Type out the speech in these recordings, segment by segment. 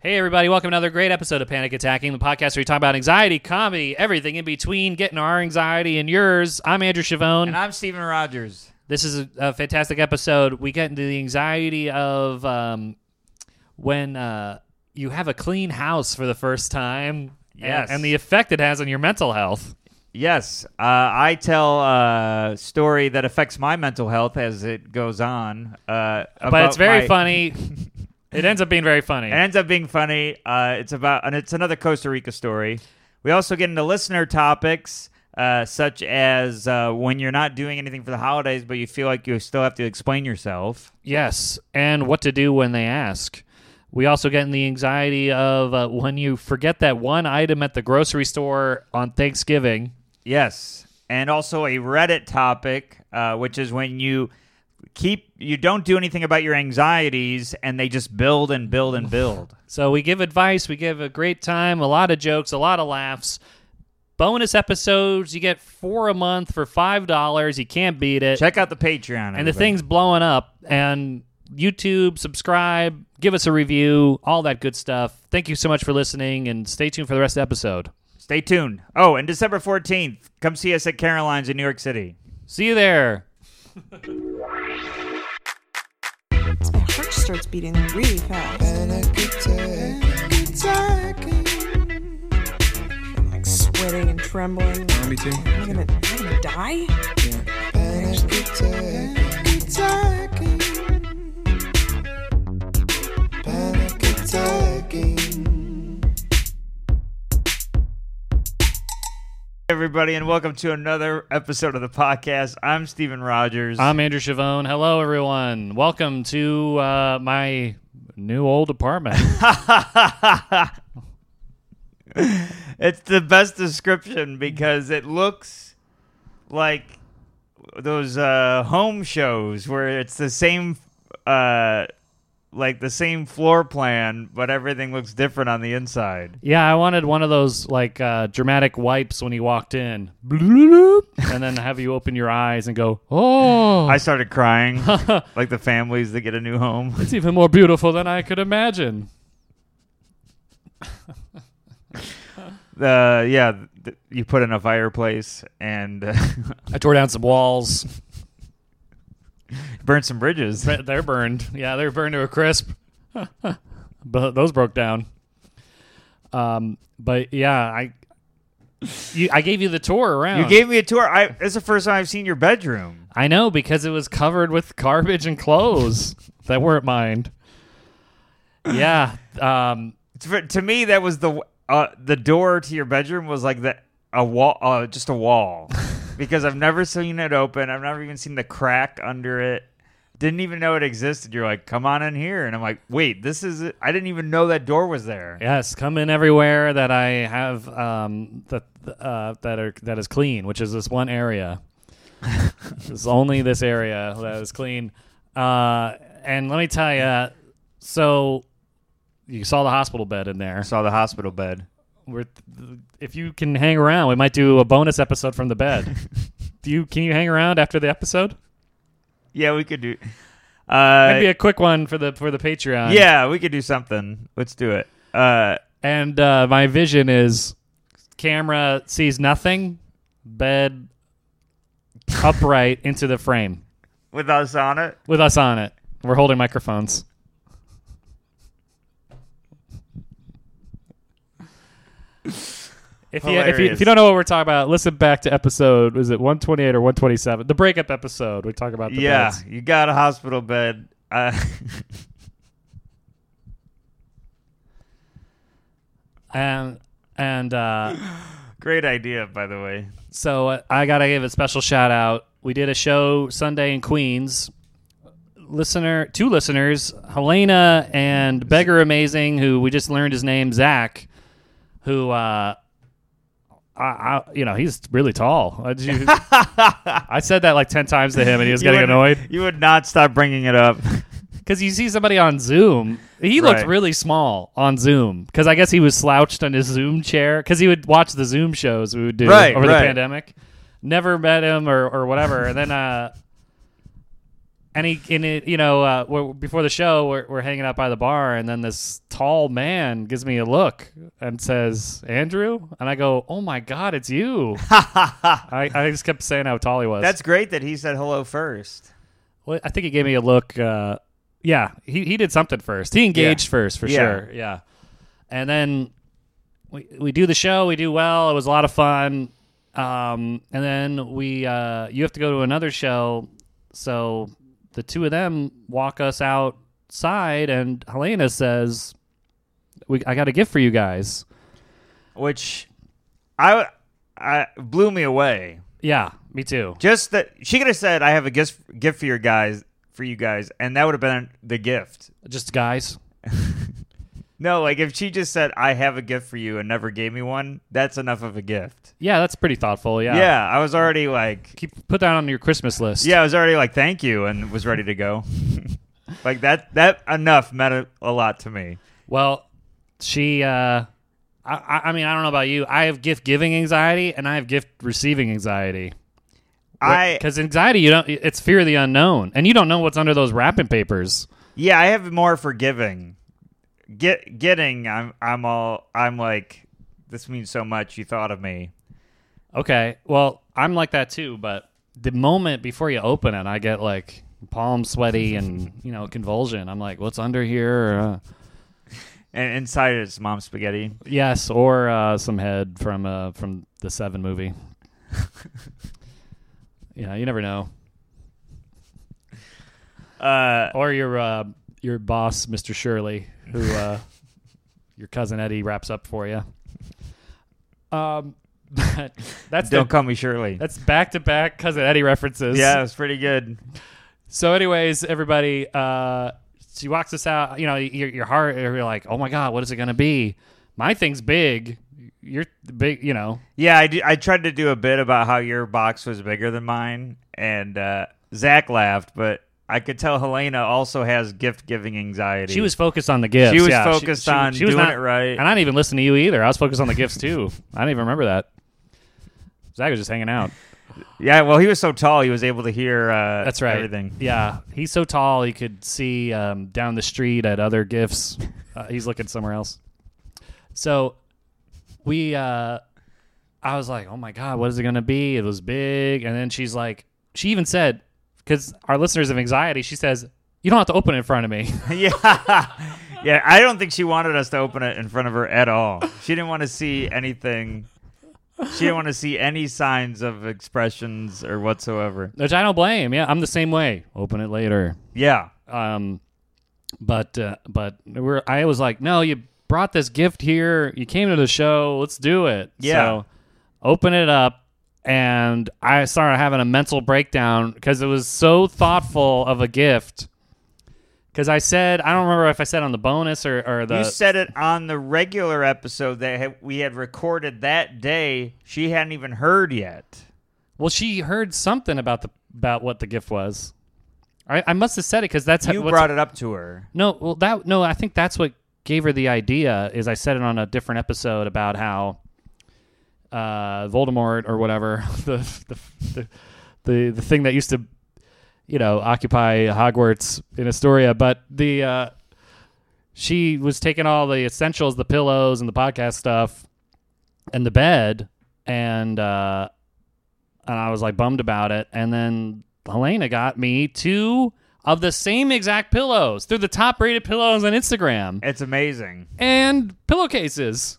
Hey, everybody, welcome to another great episode of Panic Attacking, the podcast where we talk about anxiety, comedy, everything in between, getting our anxiety and yours. I'm Andrew Chavone. And I'm Steven Rogers. this is a, a fantastic episode. We get into the anxiety of um, when uh, you have a clean house for the first time. Yes. And, and the effect it has on your mental health. Yes, uh, I tell a story that affects my mental health as it goes on. Uh, but about it's very my- funny. it ends up being very funny. It ends up being funny. Uh, it's about, and it's another Costa Rica story. We also get into listener topics. Uh, such as uh, when you're not doing anything for the holidays, but you feel like you still have to explain yourself. Yes, and what to do when they ask. We also get in the anxiety of uh, when you forget that one item at the grocery store on Thanksgiving. Yes, and also a Reddit topic, uh, which is when you keep you don't do anything about your anxieties, and they just build and build and build. So we give advice, we give a great time, a lot of jokes, a lot of laughs. Bonus episodes, you get four a month for $5. You can't beat it. Check out the Patreon, and the everybody. thing's blowing up. And YouTube, subscribe, give us a review, all that good stuff. Thank you so much for listening, and stay tuned for the rest of the episode. Stay tuned. Oh, and December fourteenth, come see us at Caroline's in New York City. See you there. My heart starts beating really fast. And I could take I'm like sweating and trembling. Me too. Am I gonna, am I gonna die? And I could take Panic attacking. Hey, everybody, and welcome to another episode of the podcast. I'm Steven Rogers. I'm Andrew Chavone. Hello, everyone. Welcome to uh, my new old apartment. it's the best description because it looks like those uh, home shows where it's the same, uh, like the same floor plan, but everything looks different on the inside. yeah, I wanted one of those like uh, dramatic wipes when he walked in, Bloop. and then have you open your eyes and go, "Oh, I started crying, like the families that get a new home. it's even more beautiful than I could imagine." Uh, yeah, th- you put in a fireplace and uh, I tore down some walls. burn some bridges. Bre- they're burned. Yeah, they're burned to a crisp. but those broke down. Um, but yeah, I you, I gave you the tour around. You gave me a tour. I, this is the first time I've seen your bedroom. I know because it was covered with garbage and clothes that weren't mine. Yeah. Um, For, to me, that was the uh, the door to your bedroom was like the a wall, uh, just a wall, because I've never seen it open. I've never even seen the crack under it. Didn't even know it existed. You're like, come on in here, and I'm like, wait, this is. I didn't even know that door was there. yes, come in everywhere that I have um, that uh, that are that is clean, which is this one area. it's only this area that is clean. Uh, and let me tell you, so you saw the hospital bed in there. I saw the hospital bed. We're th- if you can hang around, we might do a bonus episode from the bed. do you? Can you hang around after the episode? Yeah, we could do. Uh, Maybe a quick one for the for the Patreon. yeah, we could do something. Let's do it. Uh, And uh, my vision is camera sees nothing, bed upright into the frame with us on it. with us on it. We're holding microphones. If you, if, you, if Hilarious. you don't know what we're talking about, listen back to episode was it 128 or 127, the breakup episode. We talk about the yeah, beds. you got a hospital bed. Uh, and and uh, great idea, by the way. So uh, I gotta give a special shout out. We did a show Sunday in Queens. Listener, two listeners, Helena and Beggar Amazing, who we just learned his name, Zach, who, uh, I, I, you know, he's really tall. I, you, I said that like ten times to him, and he was You getting would- annoyed You would not stop bringing it up. because you see somebody on Zoom. He looked Right. really small on Zoom because I guess he was slouched on his Zoom chair because he would watch the Zoom shows we would do Right, over the right. pandemic. Never met him or, or whatever. and then uh, and he and it, you know uh, we're, before the show we're, we're hanging out by the bar and then this tall man gives me a look and says andrew and i go oh my god it's you I, I just kept saying how tall he was That's great that he said hello first. well, i think he gave me a look uh, yeah he, he did something first he engaged first for Yeah. sure yeah and then we, we do the show we do well it was a lot of fun um, and then we uh, you have to go to another show so the two of them walk us outside and helena says we, i got a gift for you guys which I, I blew me away. yeah me too Just that she could have said, "I have a gift gift for your guys, for you guys," and that would have been the gift. just guys No, like if she just said, "I have a gift for you," and never gave me one, that's enough of a gift. yeah that's pretty thoughtful yeah Yeah, I was already like, keep put that on your christmas list yeah, I was already like, "Thank you," and was ready to go. like that, that enough meant a, a lot to me. Well, she. Uh, I- I, I mean, I don't know about you. I have gift giving anxiety, and I have gift receiving anxiety. I because anxiety, you don't. It's fear of the unknown, and you don't know what's under those wrapping papers. Yeah, I have more forgiving. Get getting, I'm I'm all I'm like, this means so much. You thought of me. Okay. Well, I'm like that too, but the moment before you open it, I get like palm sweaty and you know convulsion. I'm like, what's under here? Uh, And inside it's mom spaghetti. yes, or uh, some head from uh, from the Seven movie. yeah, you never know. Uh, or your uh, your boss, Mr. Shirley, who uh, your cousin Eddie wraps up for you. Um, but that's don't the, call me Shirley. that's back to back cousin Eddie references. Yeah, it was pretty good. So, anyways, everybody, uh, she walks us out. You know, your, your heart, you're like, oh my god, what is it gonna be? My thing's big. You're big. You know, Yeah, I, d- I tried to do a bit about how your box was bigger than mine, and uh, Zach laughed, but I could tell Helena also has gift giving anxiety. she was focused on the gifts. She was yeah. focused on doing it right. And I didn't even listen to you either. I was focused on the gifts too. I didn't even remember that. Zach was just hanging out. yeah. Well, he was so tall, he was able to hear. Uh, That's right. Everything. Yeah, he's so tall he could see um, down the street at other gifts. Uh, he's looking somewhere else. So we, uh, I was like, oh my god, what is it gonna be? It was big, and then she's like, she even said, because our listeners have anxiety, she says, you don't have to open it in front of me. yeah. Yeah, I don't think she wanted us to open it in front of her at all. She didn't want to see anything. She didn't want to see any signs of expressions or whatsoever. Which I don't blame. Yeah, I'm the same way. Open it later. Yeah. um but uh, but we're I was like, no, you brought this gift here. You came to the show. Let's do it. Yeah. So open it up and I started having a mental breakdown cuz it was so thoughtful of a gift. Cuz I said, I don't remember if I said on the bonus or or the you said it on the regular episode that ha- we had recorded that day. She hadn't even heard yet. Well, she heard something about the about what the gift was. I I must have said it cuz that's You what's- brought it up to her. No, well that no, I think that's what gave her the idea is I said it on a different episode about how uh Voldemort or whatever the the the, the, the thing that used to you know occupy Hogwarts in Astoria, but the uh she was taking all the essentials, the pillows and the podcast stuff and the bed and uh and I was like bummed about it. And then Helena got me two of the same exact pillows. They're the top rated pillows on Instagram It's amazing. and pillowcases.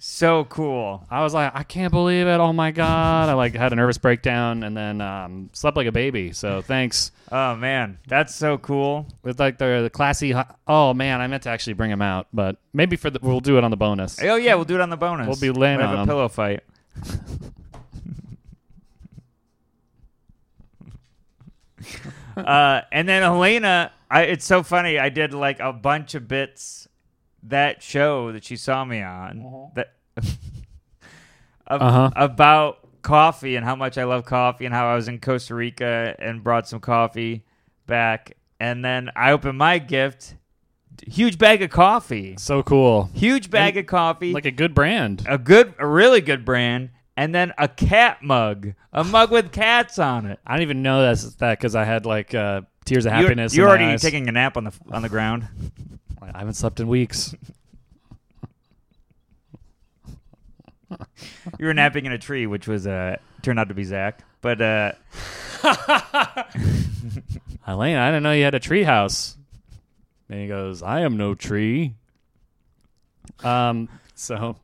So cool. I was like, I can't believe it. Oh my god! I like had a nervous breakdown and then um, slept like a baby. So thanks. Oh man, that's so cool. It's like the the classy. hi- Oh man, I meant to actually bring them out, but maybe for the we'll do it on the bonus. Oh yeah, we'll do it on the bonus. We'll be laying We'll on have a 'em. pillow fight. uh, and then Helena, I, it's so funny. I did like a bunch of bits that show that she saw me on that ab- Uh-huh. about coffee and how much I love coffee and how I was in Costa Rica and brought some coffee back. And then I opened my gift, huge bag of coffee, So cool. huge bag of coffee, Like a good brand. a good, a really good brand, and then a cat mug, a mug with cats on it. I didn't even know that's that because I had like uh, tears of You- happiness. You're in my already eyes. taking a nap on the on the ground. I haven't slept in weeks. You were napping in a tree, which was uh turned out to be Zach. But uh, Helena, I didn't know you had a tree house. And he goes, I am no tree. Um, so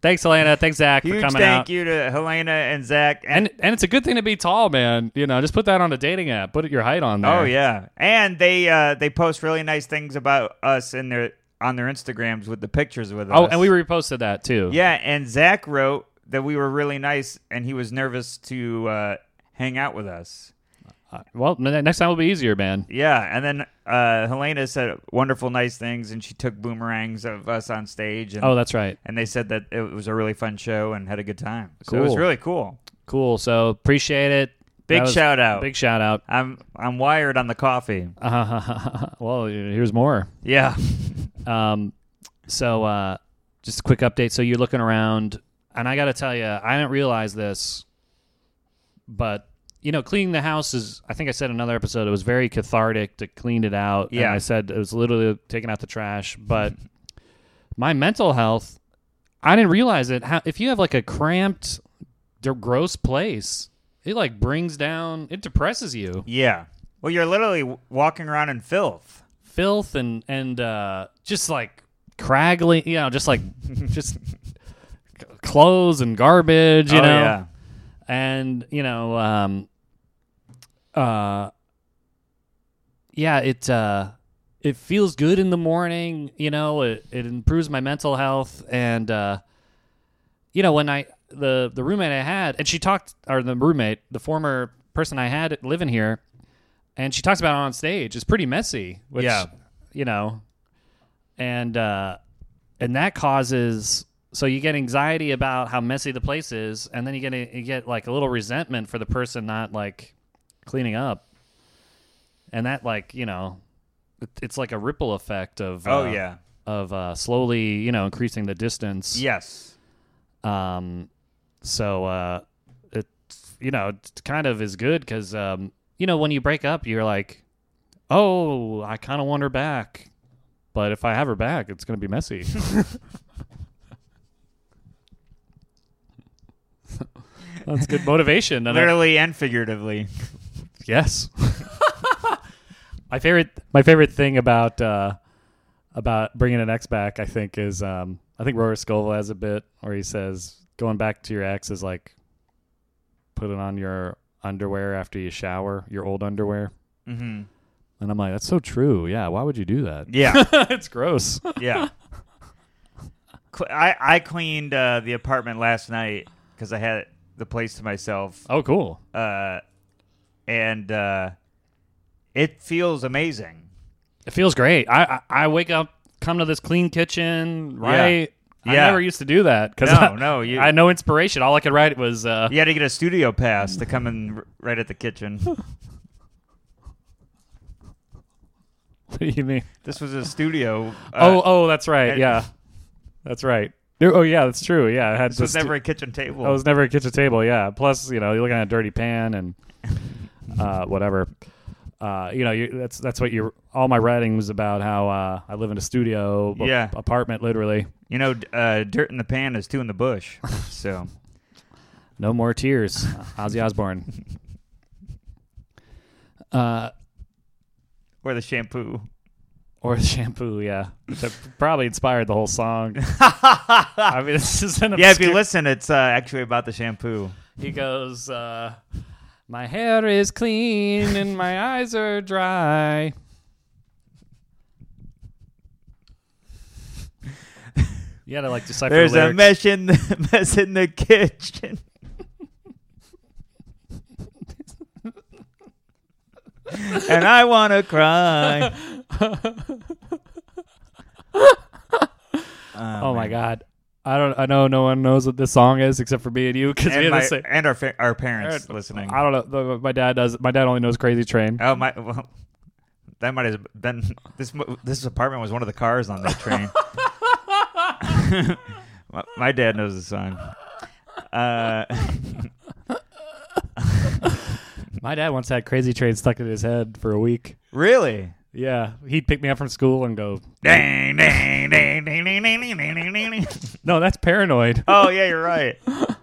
thanks, Helena. Thanks, Zach, for huge coming thank out. you to Helena and Zach. And, And and it's a good thing to be tall, man. You know, just put that on a dating app. Put your height on there. oh yeah, and they uh, they post really nice things about us in their on their Instagrams with the pictures with us. Oh, and we reposted that too. yeah. And Zach wrote that we were really nice, and he was nervous to uh, hang out with us. Well, n- next time will be easier, man. Yeah, and then uh, Helena said wonderful, nice things, and she took boomerangs of us on stage. And, Oh, that's right. and they said that it was a really fun show and had a good time. So it was Cool. really cool. Cool. So appreciate it. Big That was- shout out. Big shout out. I'm I'm wired on the coffee. well, here's more. Yeah, Um, so uh, just a quick update. So you're looking around, and I got to tell you, I didn't realize this, but you know, cleaning the house is. I think I said in another episode it was very cathartic to clean it out. and Yeah. I said it was literally taking out the trash, but my mental health. I didn't realize it. How if you have like a cramped, d- gross place, it like brings down. It depresses you. yeah. Well, you're literally w- walking around in filth. filth and and uh, just like craggly, you know, just like just c- clothes and garbage, you oh, know, yeah. and you know, um, uh, yeah, it uh, it feels good in the morning, you know, it it improves my mental health, and uh, you know, when I the the roommate I had, and she talked, or the roommate, the former person I had living here. And she talks about it on stage. It's pretty messy, which Yeah. you know, and uh, and that causes so you get anxiety about how messy the place is, and then you get a, you get like a little resentment for the person not like cleaning up, and that like you know, it- it's like a ripple effect of Oh uh, yeah. of uh, slowly you know increasing the distance Yes. um, so uh, it you know it kind of is good because um, you know when you break up, you're like, oh, I kind of want her back, but if I have her back, it's gonna be messy. That's good motivation. And I- Literally and figuratively. Yes. my favorite my favorite thing about uh, about bringing an ex back, I think, is um, I think Rory Scovel has a bit where he says going back to your ex is like putting on your underwear after you shower, your old underwear. hmm And I'm like, that's so true. Yeah, why would you do that? Yeah. it's gross. Yeah. Cl- I I cleaned uh, the apartment last night because I had the place to myself. oh, cool. uh, and uh, it feels amazing. It feels great. I I, I wake up, come to this clean kitchen, right? I Yeah. never used to do that because No, I, no, you- I had no inspiration. All I could write was uh, You had to get a studio pass to come in r- right at the kitchen. what do you mean? This was a studio. Uh, oh, oh, that's right. and- yeah, that's right. There- Oh, yeah, that's true. Yeah, I had this was this- never a kitchen table. I was never a kitchen table. Yeah. Plus, you know, you're looking at a dirty pan and uh, whatever. Uh, you know, you, that's that's what you. All my writing was about how uh, I live in a studio, a- Yeah. apartment, literally. you know, d- uh, dirt in the pan is two in the bush. So No more tears, Ozzy Osbourne. Uh, or the shampoo. or the shampoo, yeah. That probably inspired the whole song. I mean, this is an Yeah, if obscure- you listen, it's uh, actually about the shampoo. He goes, uh, My hair is clean and my eyes are dry. You gotta like decipher There's the a lyrics. mess in the mess in the kitchen. and I want to cry. oh my god. I don't I know no one knows what this song is except for me and you because we and, had my, the same and our fa- our parents listening. I don't know. My dad does my dad only knows Crazy Train. Oh my! Well, that might have been this. mo- This apartment was one of the cars on that train. my, my dad knows the song. Uh, My dad once had Crazy Train stuck in his head for a week. Really? Yeah, he'd pick me up from school and go, Dang, dang, dang, dang, dang, dang, dang, dang, dang, dang. "No, that's paranoid." oh yeah, you're right. What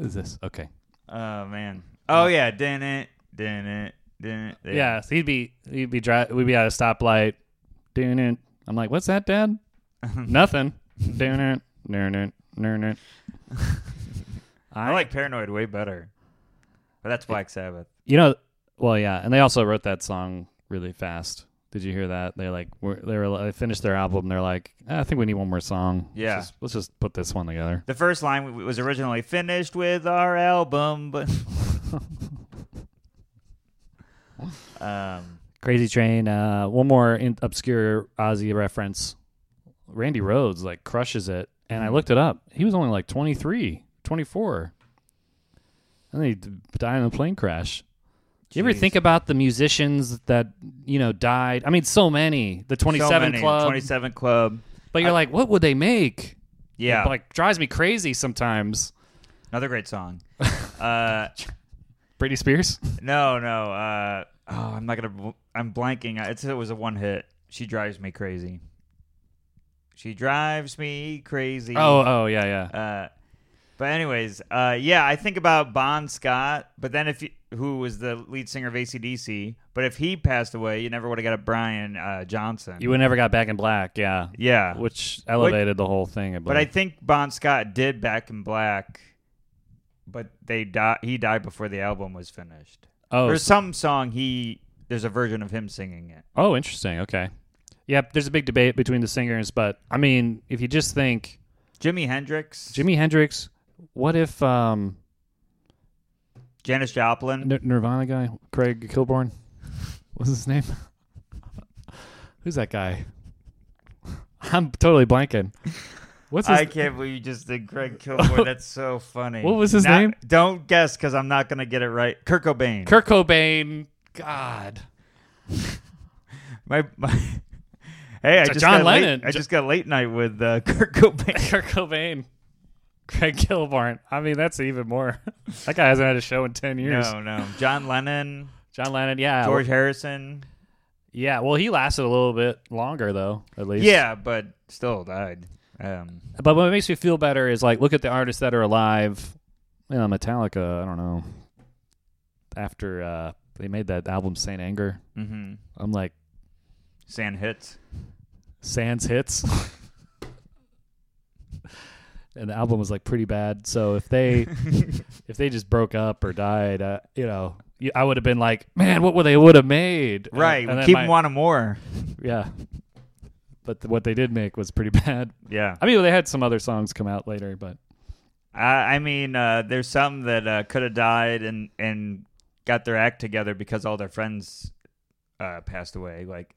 is this okay? Oh man. Oh yeah, didn't it, didn't it, didn't it. Yeah, so he'd be he'd be dri- we'd be at a stoplight, doing it. I'm like, "What's that, Dad?" Nothing. Doing it, doing it, doing it. I like Paranoid way better. But that's Black Sabbath. you know well yeah and they also wrote that song really fast did you hear that they like were, they were they finished their album they're like "Ah, i think we need one more song Let's Yeah. just- let's just, put this one together The first line w- was originally finished with our album, but um, crazy train uh one more in- obscure ozzy reference randy rhodes like crushes it and i looked it up he was only like 23 24 and then he d- died in a plane crash Do you ever Jeez. think about the musicians that you know died? I mean, so many. The Twenty so Seven many. Club, 27 Club. but you're like, what would they make? Yeah, It, like drives me crazy sometimes. another great song. uh, Britney Spears. no, no. Uh, oh, I'm not gonna. bl- I'm blanking. It's, it was a one hit. She drives me crazy. She drives me crazy. Oh, oh, yeah, yeah. Uh, but anyways, uh, yeah, I think about Bon Scott, but then if you, who was the lead singer of ACDC, but if he passed away, you never would have got a Brian uh, Johnson. You would never got back in black, yeah, yeah, which elevated the whole thing. I but I believe. think Bon Scott did Back in Black, but they di- he died before the album was finished. oh, there's some song he there's a version of him singing it. oh, interesting. Okay, yep. There's a big debate between the singers, but I mean, if you just think Jimi Hendrix, Jimi Hendrix, what if um Janis Joplin, Nir- Nirvana guy Craig Kilborn, what's his name? Who's that guy? I'm totally blanking. What's his I can't believe you just did Craig Kilborn. That's so funny. What was his Not- name? Don't guess because I'm not going to get it right. Kurt Cobain. Kurt Cobain? God. My, my Hey, I J- just John got Lennon. Late, I J- just got late night with uh, Kurt Cobain. Kurt Cobain, Craig Kilborn. I mean, that's even more. That guy hasn't had a show in ten years. no, no, John Lennon, John Lennon, yeah, George Harrison. yeah. Well, he lasted a little bit longer though, at least. Yeah, but still died. Um, But what makes me feel better is like look at the artists that are alive. You know, Metallica. I don't know. After uh, they made that album Saint Anger, mm-hmm. I'm like Sand hits. Sans hits. And the album was like pretty bad, so if they if they just broke up or died, uh, you know, you, I would have been like, man, what would they would have made? And- Right, and we then keep my- wanting more. Yeah, but th- what they did make was pretty bad. Yeah, I mean, they had some other songs come out later, but I, I mean, uh, there's some that uh, could have died and and got their act together because all their friends uh, passed away. Like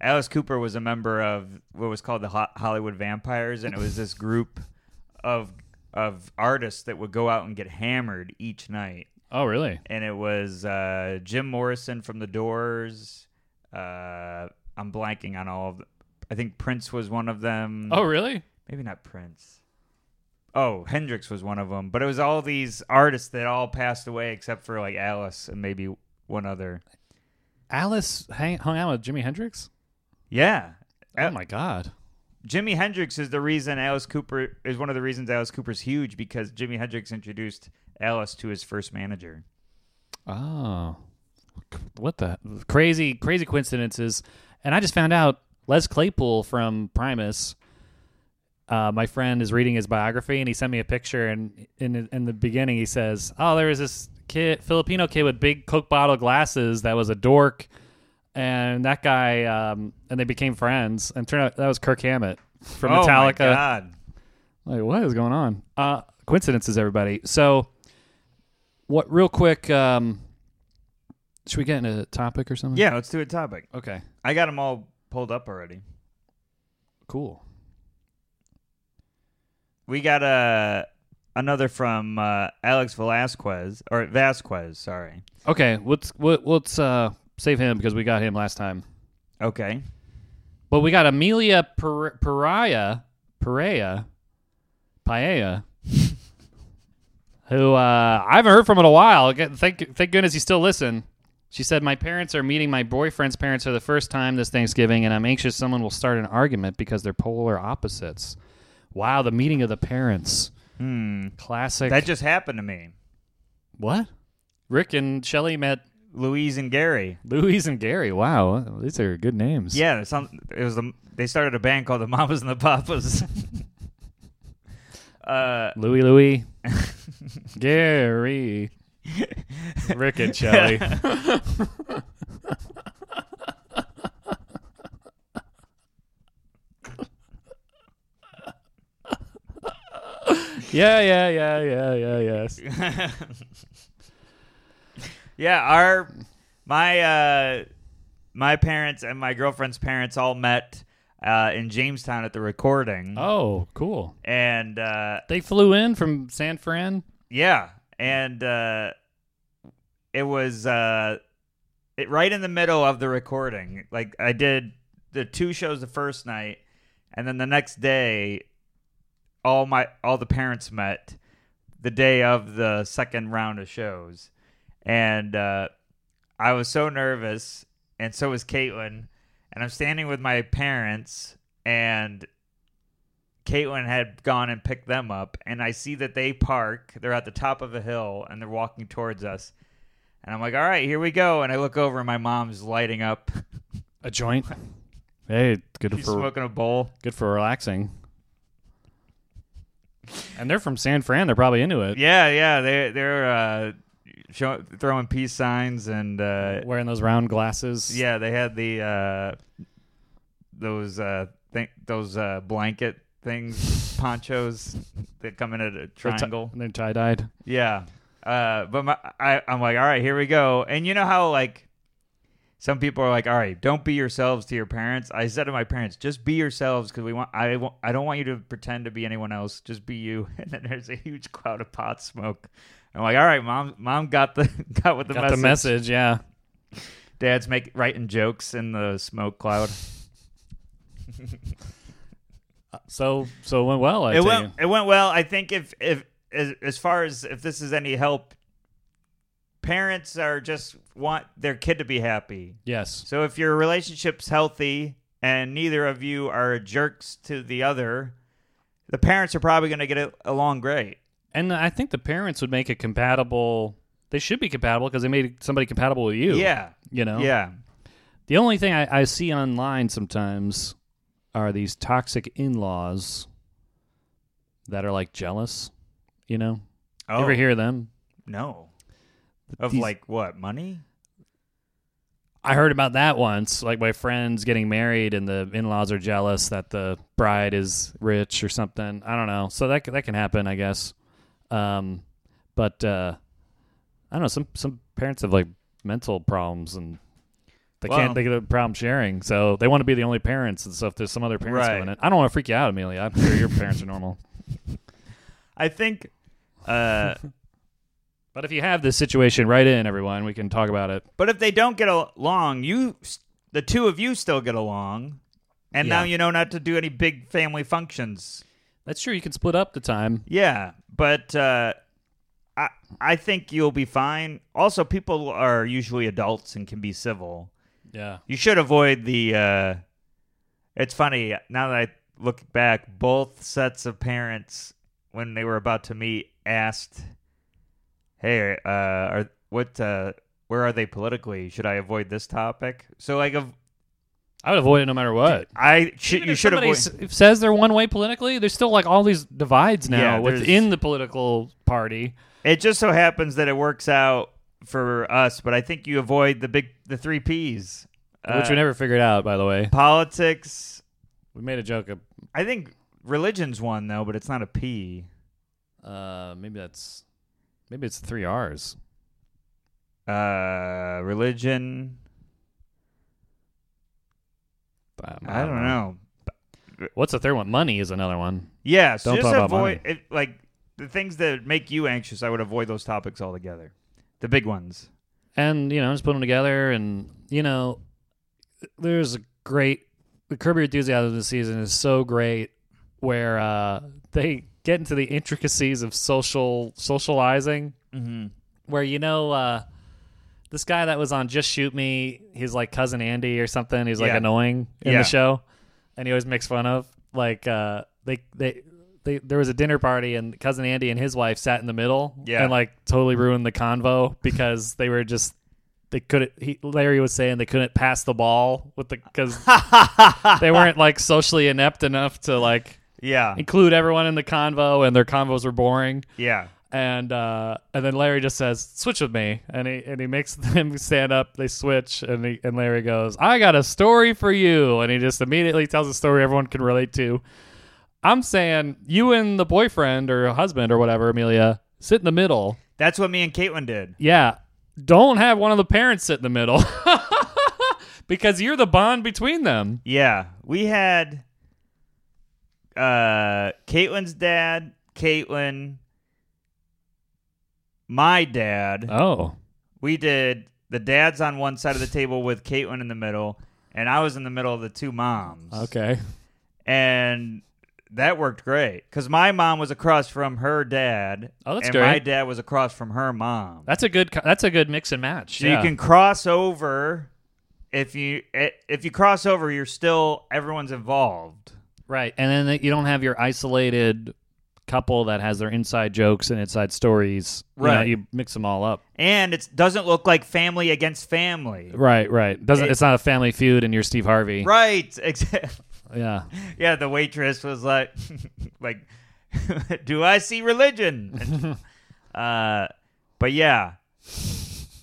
Alice Cooper was a member of what was called the Ho- Hollywood Vampires, and it was this group of of artists that would go out and get hammered each night. oh really? And it was uh, Jim Morrison from The Doors. Uh, I'm blanking on all of. The- I think Prince was one of them Oh really? maybe not Prince. Oh, Hendrix was one of them, but it was all these artists that all passed away except for like Alice and maybe one other. Alice hang- hung out with Jimi Hendrix. Yeah. Oh Uh, my god. Jimi Hendrix is the reason Alice Cooper is one of the reasons Alice Cooper's huge because Jimi Hendrix introduced Alice to his first manager. Oh, what the crazy crazy coincidences? And I just found out Les Claypool from Primus. Uh, my friend is reading his biography, and he sent me a picture. And in in the beginning, he says, "Oh, there was this kid, Filipino kid with big Coke bottle glasses that was a dork, and that guy, um, and they became friends. And turned out that was Kirk Hammett from oh Metallica. My God. Like, what is going on? Uh, coincidences, everybody. So, what? Real quick, um, should we get into a topic or something? Yeah, let's do a topic. Okay. I got them all pulled up already. Cool. We got uh, another from uh, Alex Velasquez or Vasquez, sorry. Okay. Let's let, let's uh, save him because we got him last time. Okay. But we got Amelia per- Pariah, Parea, Paella. who uh, I haven't heard from in a while. G- Thank, thank goodness you still listen. She said, My parents are meeting my boyfriend's parents for the first time this Thanksgiving, and I'm anxious someone will start an argument because they're polar opposites. Wow, the meeting of the parents. Hmm. Classic. That just happened to me. what? Rick and Shelly met Louise and Gary. Louise and Gary. Wow, these are good names. Yeah, it, sound- it was the, they started a band called the Mamas and the Papas. uh, Louie Louie. Gary. Rick and Shelly. yeah, yeah, yeah, yeah, yeah, yes. yeah, our my uh, my parents and my girlfriend's parents all met uh, in Jamestown at the recording, Oh, cool. and uh, They flew in from San Fran. Yeah, and uh, it was uh, it right in the middle of the recording. Like I did the two shows the first night, and then the next day, all my all the parents met the day of the second round of shows, and uh, I was so nervous, and so was Caitlin, and I'm standing with my parents and Caitlin had gone and picked them up, and I see that they park. They're at the top of a hill and they're walking towards us. And I'm like, all right, here we go. And I look over and my mom's lighting up. A joint. Hey, it's good She's for smoking a bowl. good for relaxing. And they're from San Fran. They're probably into it. Yeah, yeah. They, they're uh, show, throwing peace signs and uh, Wearing those round glasses. yeah, they had the uh, those uh, th- those uh, blanket things, ponchos that come in at a They're ti- triangle. And they're tie dyed. Yeah. Uh, but my, I, I'm like, all right, here we go. And you know how like some people are like, all right, don't be yourselves to your parents. I said to my parents, just be yourselves because we want. I wa- I don't want you to pretend to be anyone else. Just be you. And then there's a huge cloud of pot smoke. I'm like, all right, mom, mom got the got with the, Got message. the message, yeah. Dad's make writing jokes in the smoke cloud. So so it went well. I it take went it. it went well. I think if if as, as far as if this is any help, parents are just want their kid to be happy. Yes. So if your relationship's healthy and neither of you are jerks to the other, the parents are probably going to get a- along great. And I think the parents would make a compatible. They should be compatible because they made somebody compatible with you. Yeah, You know. yeah. The only thing I, I see online sometimes are these toxic in-laws that are like jealous. You know. Oh, You ever hear them? No. Of These- like what money? I heard about that once. Like my friends getting married, and the in-laws are jealous that the bride is rich or something. I don't know. So that c- that can happen, I guess. Um, but uh, I don't know. Some some parents have like mental problems, and they Well- can't think of a problem sharing. So they want to be the only parents, and so if there's some other parents Right. doing it, I don't want to freak you out, Amelia. I'm sure your parents are normal. I think. Uh, But if you have this situation, write in everyone. We can talk about it. but if they don't get along, you s- the two of you still get along, and now Yeah. you know not to do any big family functions. That's true. You can split up the time. Yeah, but uh, I I think you'll be fine. Also, people are usually adults and can be civil. Yeah. You should avoid the. Uh, it's funny now that I look back. Both sets of parents, when they were about to meet, asked, "Hey, uh, are what? Uh, where are they politically? Should I avoid this topic?" So, like, av- I would avoid it no matter what. I should Even you if should somebody avoid. s- says they're one way politically. There's still like all these divides now Yeah, there's- within the political party. It just so happens that it works out for us, but I think you avoid the big the three P's, which Uh, we never figured out, by the way. politics. We made a joke. Of, I think religion's one though, but it's not a P. uh, maybe that's maybe it's three R's. Uh, religion. Um, I don't know. What's the third one? Money is another one. Yeah, so Don't just talk about avoid it, like the things that make you anxious. I would avoid those topics altogether. The big ones. And you know, just put them together, and you know, there's a great the Curb Your Enthusiasm this season is so great where uh, they get into the intricacies of social socializing, Mm-hmm. where you know uh, this guy that was on Just Shoot Me, he's like cousin Andy or something. He's like Yeah. annoying in Yeah. the show, and he always makes fun of. Like uh, they they. They, there was a dinner party and cousin Andy and his wife sat in the middle Yeah. and like totally ruined the convo because they were just they couldn't. He, Larry was saying they couldn't pass the ball with the because they weren't like socially inept enough to like Yeah. include everyone in the convo, and their convos were boring. Yeah. And uh, and then Larry just says, "Switch with me," and he and he makes them stand up. They switch, and he, and Larry goes, "I got a story for you," and he just immediately tells a story everyone can relate to. I'm saying you and the boyfriend or husband or whatever, Amelia, sit in the middle. That's what me and Caitlin did. Yeah. Don't have one of the parents sit in the middle because you're the bond between them. Yeah. We had uh Caitlin's dad, Caitlin, my dad. Oh. We did the dads on one side of the table with Caitlin in the middle, and I was in the middle of the two moms. Okay. And that worked great because my mom was across from her dad. Oh, that's and great. my dad was across from her mom. That's a good co- that's a good mix and match. So yeah. you can cross over. If you eh, if you cross over, you're still everyone's involved. right. And then you don't have your isolated couple that has their inside jokes and inside stories. You know, Right. you mix them all up. and it doesn't look like family against family. Right, right. Doesn't It- it's not a family feud and you're Steve Harvey. Right. Exactly. Yeah. Yeah, the waitress was like, like, do I see religion? uh, but yeah,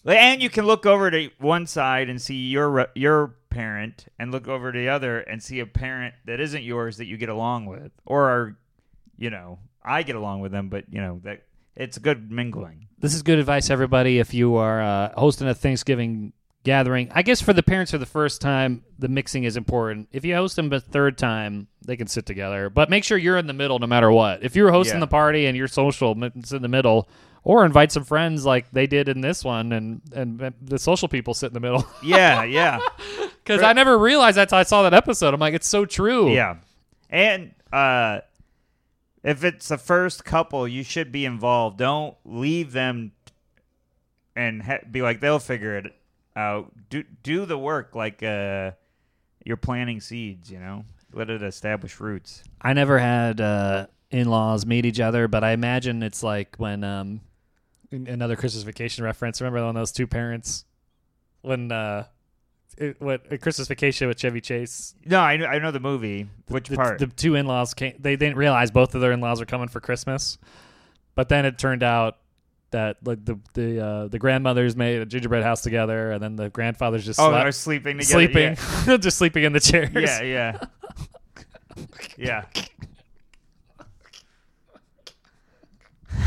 and you can look over to one side and see your re- your parent, and look over to the other and see a parent that isn't yours that you get along with, or are, you know, I get along with them, but you know that it's good mingling. This is good advice, everybody. If you are uh, hosting a Thanksgiving gathering, I guess for the parents for the first time, the mixing is important. If you host them the third time, they can sit together, but make sure you're in the middle no matter what. If you're hosting Yeah. the party and you're social, m- it's in the middle, or invite some friends like they did in this one, and and the social people sit in the middle. Yeah, yeah. Because I never realized that till I saw that episode. I'm like, it's so true. Yeah. And uh if it's the first couple, you should be involved. Don't leave them and ha- be like they'll figure it out. Do do the work like uh you're planting seeds, you know? Let it establish roots. I never had uh, in-laws meet each other, but I imagine it's like when um, in- another Christmas Vacation reference. Remember when those two parents when uh, it, what a Christmas Vacation with Chevy Chase? No, I know, I know the movie. Which The, part? the two in-laws came. They didn't realize both of their in-laws were coming for Christmas, but then it turned out that like the the uh, the grandmothers made a gingerbread house together, and then the grandfathers just oh, slept- they're sleeping together. sleeping, just sleeping in the chairs. Yeah, yeah. yeah. yeah.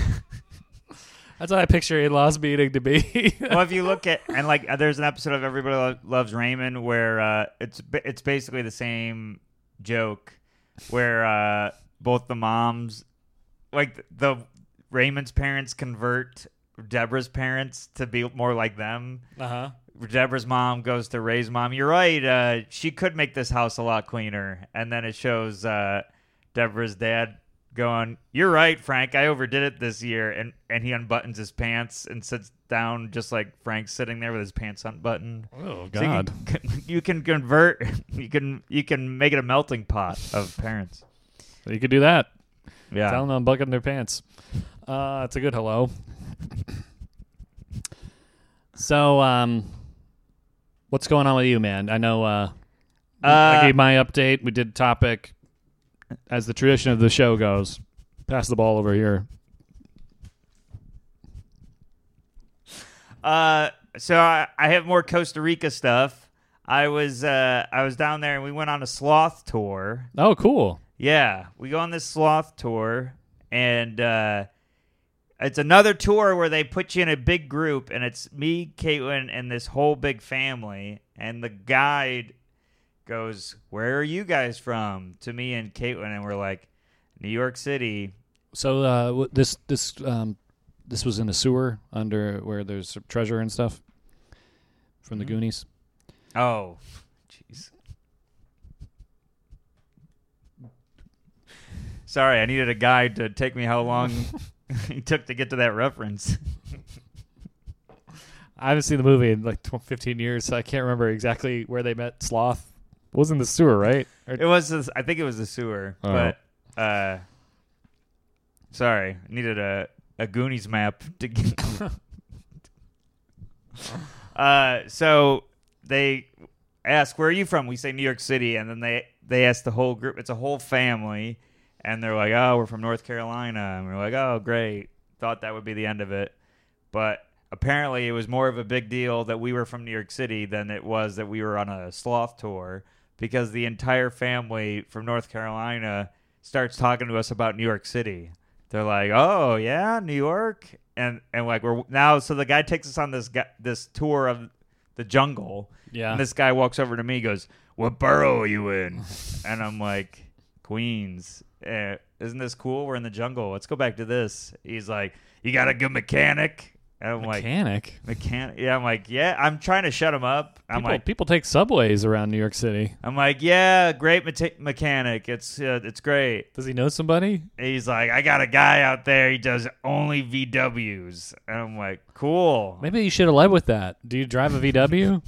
That's what I picture in-laws meeting to be. well, if you look at and like uh, there's an episode of Everybody Lo- Loves Raymond where uh, it's ba- it's basically the same joke where uh, both the moms like the Raymond's parents convert Deborah's parents to be more like them. uh huh. Deborah's mom goes to Ray's mom. You're right. Uh, she could make this house a lot cleaner. And then it shows uh, Deborah's dad going, "You're right, Frank. I overdid it this year." And and he unbuttons his pants and sits down just like Frank's sitting there with his pants unbuttoned. Oh So you can- you can convert. You can you can make it a melting pot of parents. you could do that. Yeah. Tell them I'm bucking their pants. Uh, it's a good hello. so, um, what's going on with you, man? I know uh, I Uh, gave my update. We did topic, as the tradition of the show goes. Pass the ball over here. Uh, so I, I have more Costa Rica stuff. I was uh, I was down there and we went on a sloth tour. Oh, cool. Yeah, we go on this sloth tour, and uh, it's another tour where they put you in a big group, and it's me, Caitlin, and this whole big family. And the guide goes, "Where are you guys from?" To me and Caitlin, and we're like, "New York City." So uh, w- this this um, this was in a sewer under where there's treasure and stuff from Mm-hmm. the Goonies. Oh, jeez. Sorry, I needed a guide to take me how long it took to get to that reference. I haven't seen the movie in like 12, 15 years, so I can't remember exactly where they met Sloth. It was in the sewer, right? Or- It was, this, I think it was the sewer, Oh. but uh, sorry, I needed a, a Goonies map to get. uh, so they ask, "Where are you from?" We say New York City, and then they they ask the whole group. It's a whole family, and they're like, "Oh, we're from North Carolina," and we're like, "Oh, great." Thought that would be the end of it, but apparently it was more of a big deal that we were from New York City than it was that we were on a sloth tour because the entire family from North Carolina starts talking to us about New York City. They're like, "Oh yeah, New York," and and like we're now. So the guy takes us on this gu this tour of the jungle. Yeah. And this guy walks over to me, goes, "What borough are you in?" and I'm like, "Queens." Eh, isn't this cool? We're in the jungle. Let's go back to this. He's like, "You got a good mechanic?" And I'm like, Mechanic. "Mechanic." Yeah, I'm like, "Yeah." I'm trying to shut him up. I'm people, like, people take subways around New York City. I'm like, yeah, great meta- mechanic. It's uh, it's great. Does he know somebody? And he's like, I got a guy out there. He does only VWs, and I'm like, cool. Maybe you should have led with that. Do you drive a VW?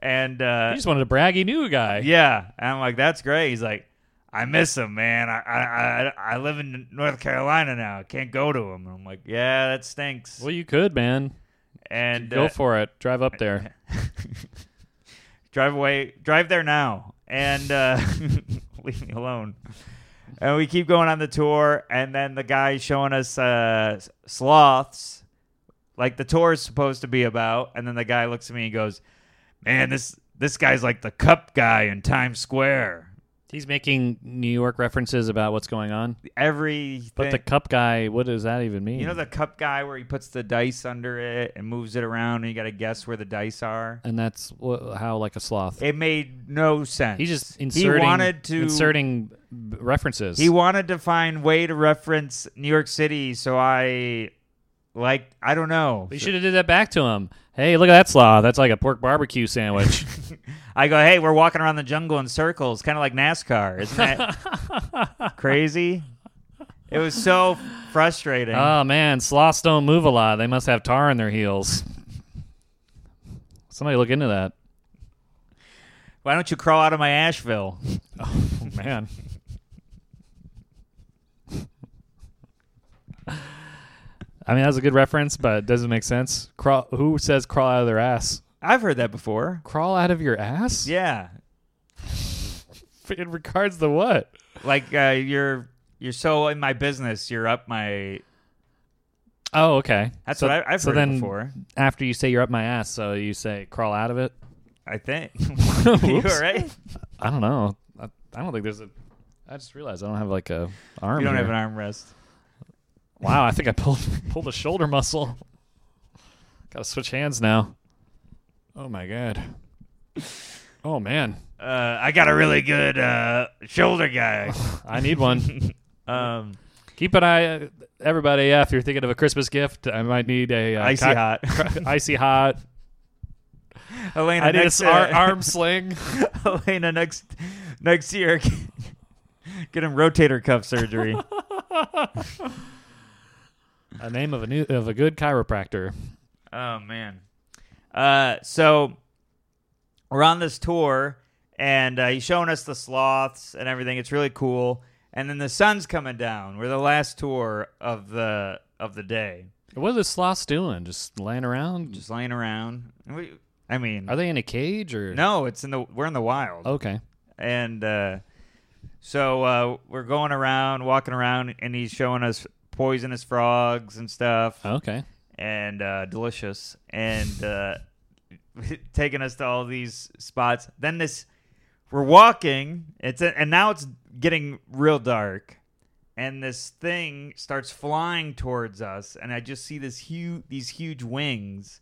And uh, you just wanted to brag he knew a guy. yeah, and I'm like, that's great. He's like, I miss him, man. I I I, I live in North Carolina now. I can't go to him. And I'm like, yeah, that stinks. Well, you could, man. and Go uh, for it. Drive up there. drive away drive there now and uh, leave me alone and we keep going on the tour and then the guy's showing us uh, s- sloths like the tour is supposed to be about and then the guy looks at me and goes man this this guy's like the cup guy in times square He's making New York references about what's going on. everything But the cup guy, what does that even mean? you know the cup guy where he puts the dice under it and moves it around and you got to guess where the dice are and that's wh- how like a sloth. It made no sense. He's just inserting He wanted to inserting b- references. He wanted to find way to reference New York City, so I like I don't know. we should have did that back to him. Hey, look at that sloth. That's like a pork barbecue sandwich. I go, hey, we're walking around the jungle in circles, kind of like NASCAR. Isn't that crazy? It was so frustrating. oh man, sloths don't move a lot. They must have tar in their heels. Somebody look into that. Why don't you crawl out of my Asheville? Oh, man. I mean, that was a good reference, but it doesn't make sense. Crawl, who says crawl out of their ass? I've heard that before. Crawl out of your ass? Yeah, In regards to what? like uh, you're you're so in my business. You're up my. Oh, okay. That's So- what I, I've so heard then before. After you say you're up my ass, so you say crawl out of it? I think. you all Whoops. right? I don't know. I, I don't think there's a. I just realized I don't have like a arm. You don't have here. an armrest. Wow, I think I pulled pulled a shoulder muscle. Got to switch hands now. Oh my god. Oh man, uh, I got a really good uh, shoulder guy. I need one. Um, Keep an eye, everybody. Yeah, if you're thinking of a Christmas gift, I might need a uh, icy cock- hot. icy hot. Elena, I need a next, s- ar- uh, arm sling. Elena next next year, get him rotator cuff surgery. a name of a new of a good chiropractor. oh man. Uh, so we're on this tour, and uh, he's showing us the sloths and everything. It's really cool. And then the sun's coming down. We're the last tour of the of the day. What are the sloths doing? Just laying around? Just laying around. We, I mean, are Oh. they in a cage or no, it's in the we're in the wild. Okay. and uh, so uh, we're going around, walking around, and he's showing us poisonous frogs and stuff, Okay. and uh, delicious, and uh, taking us to all these spots. Then this, we're walking. It's a, and now it's getting real dark, and this thing starts flying towards us, and I just see this huge, these huge wings,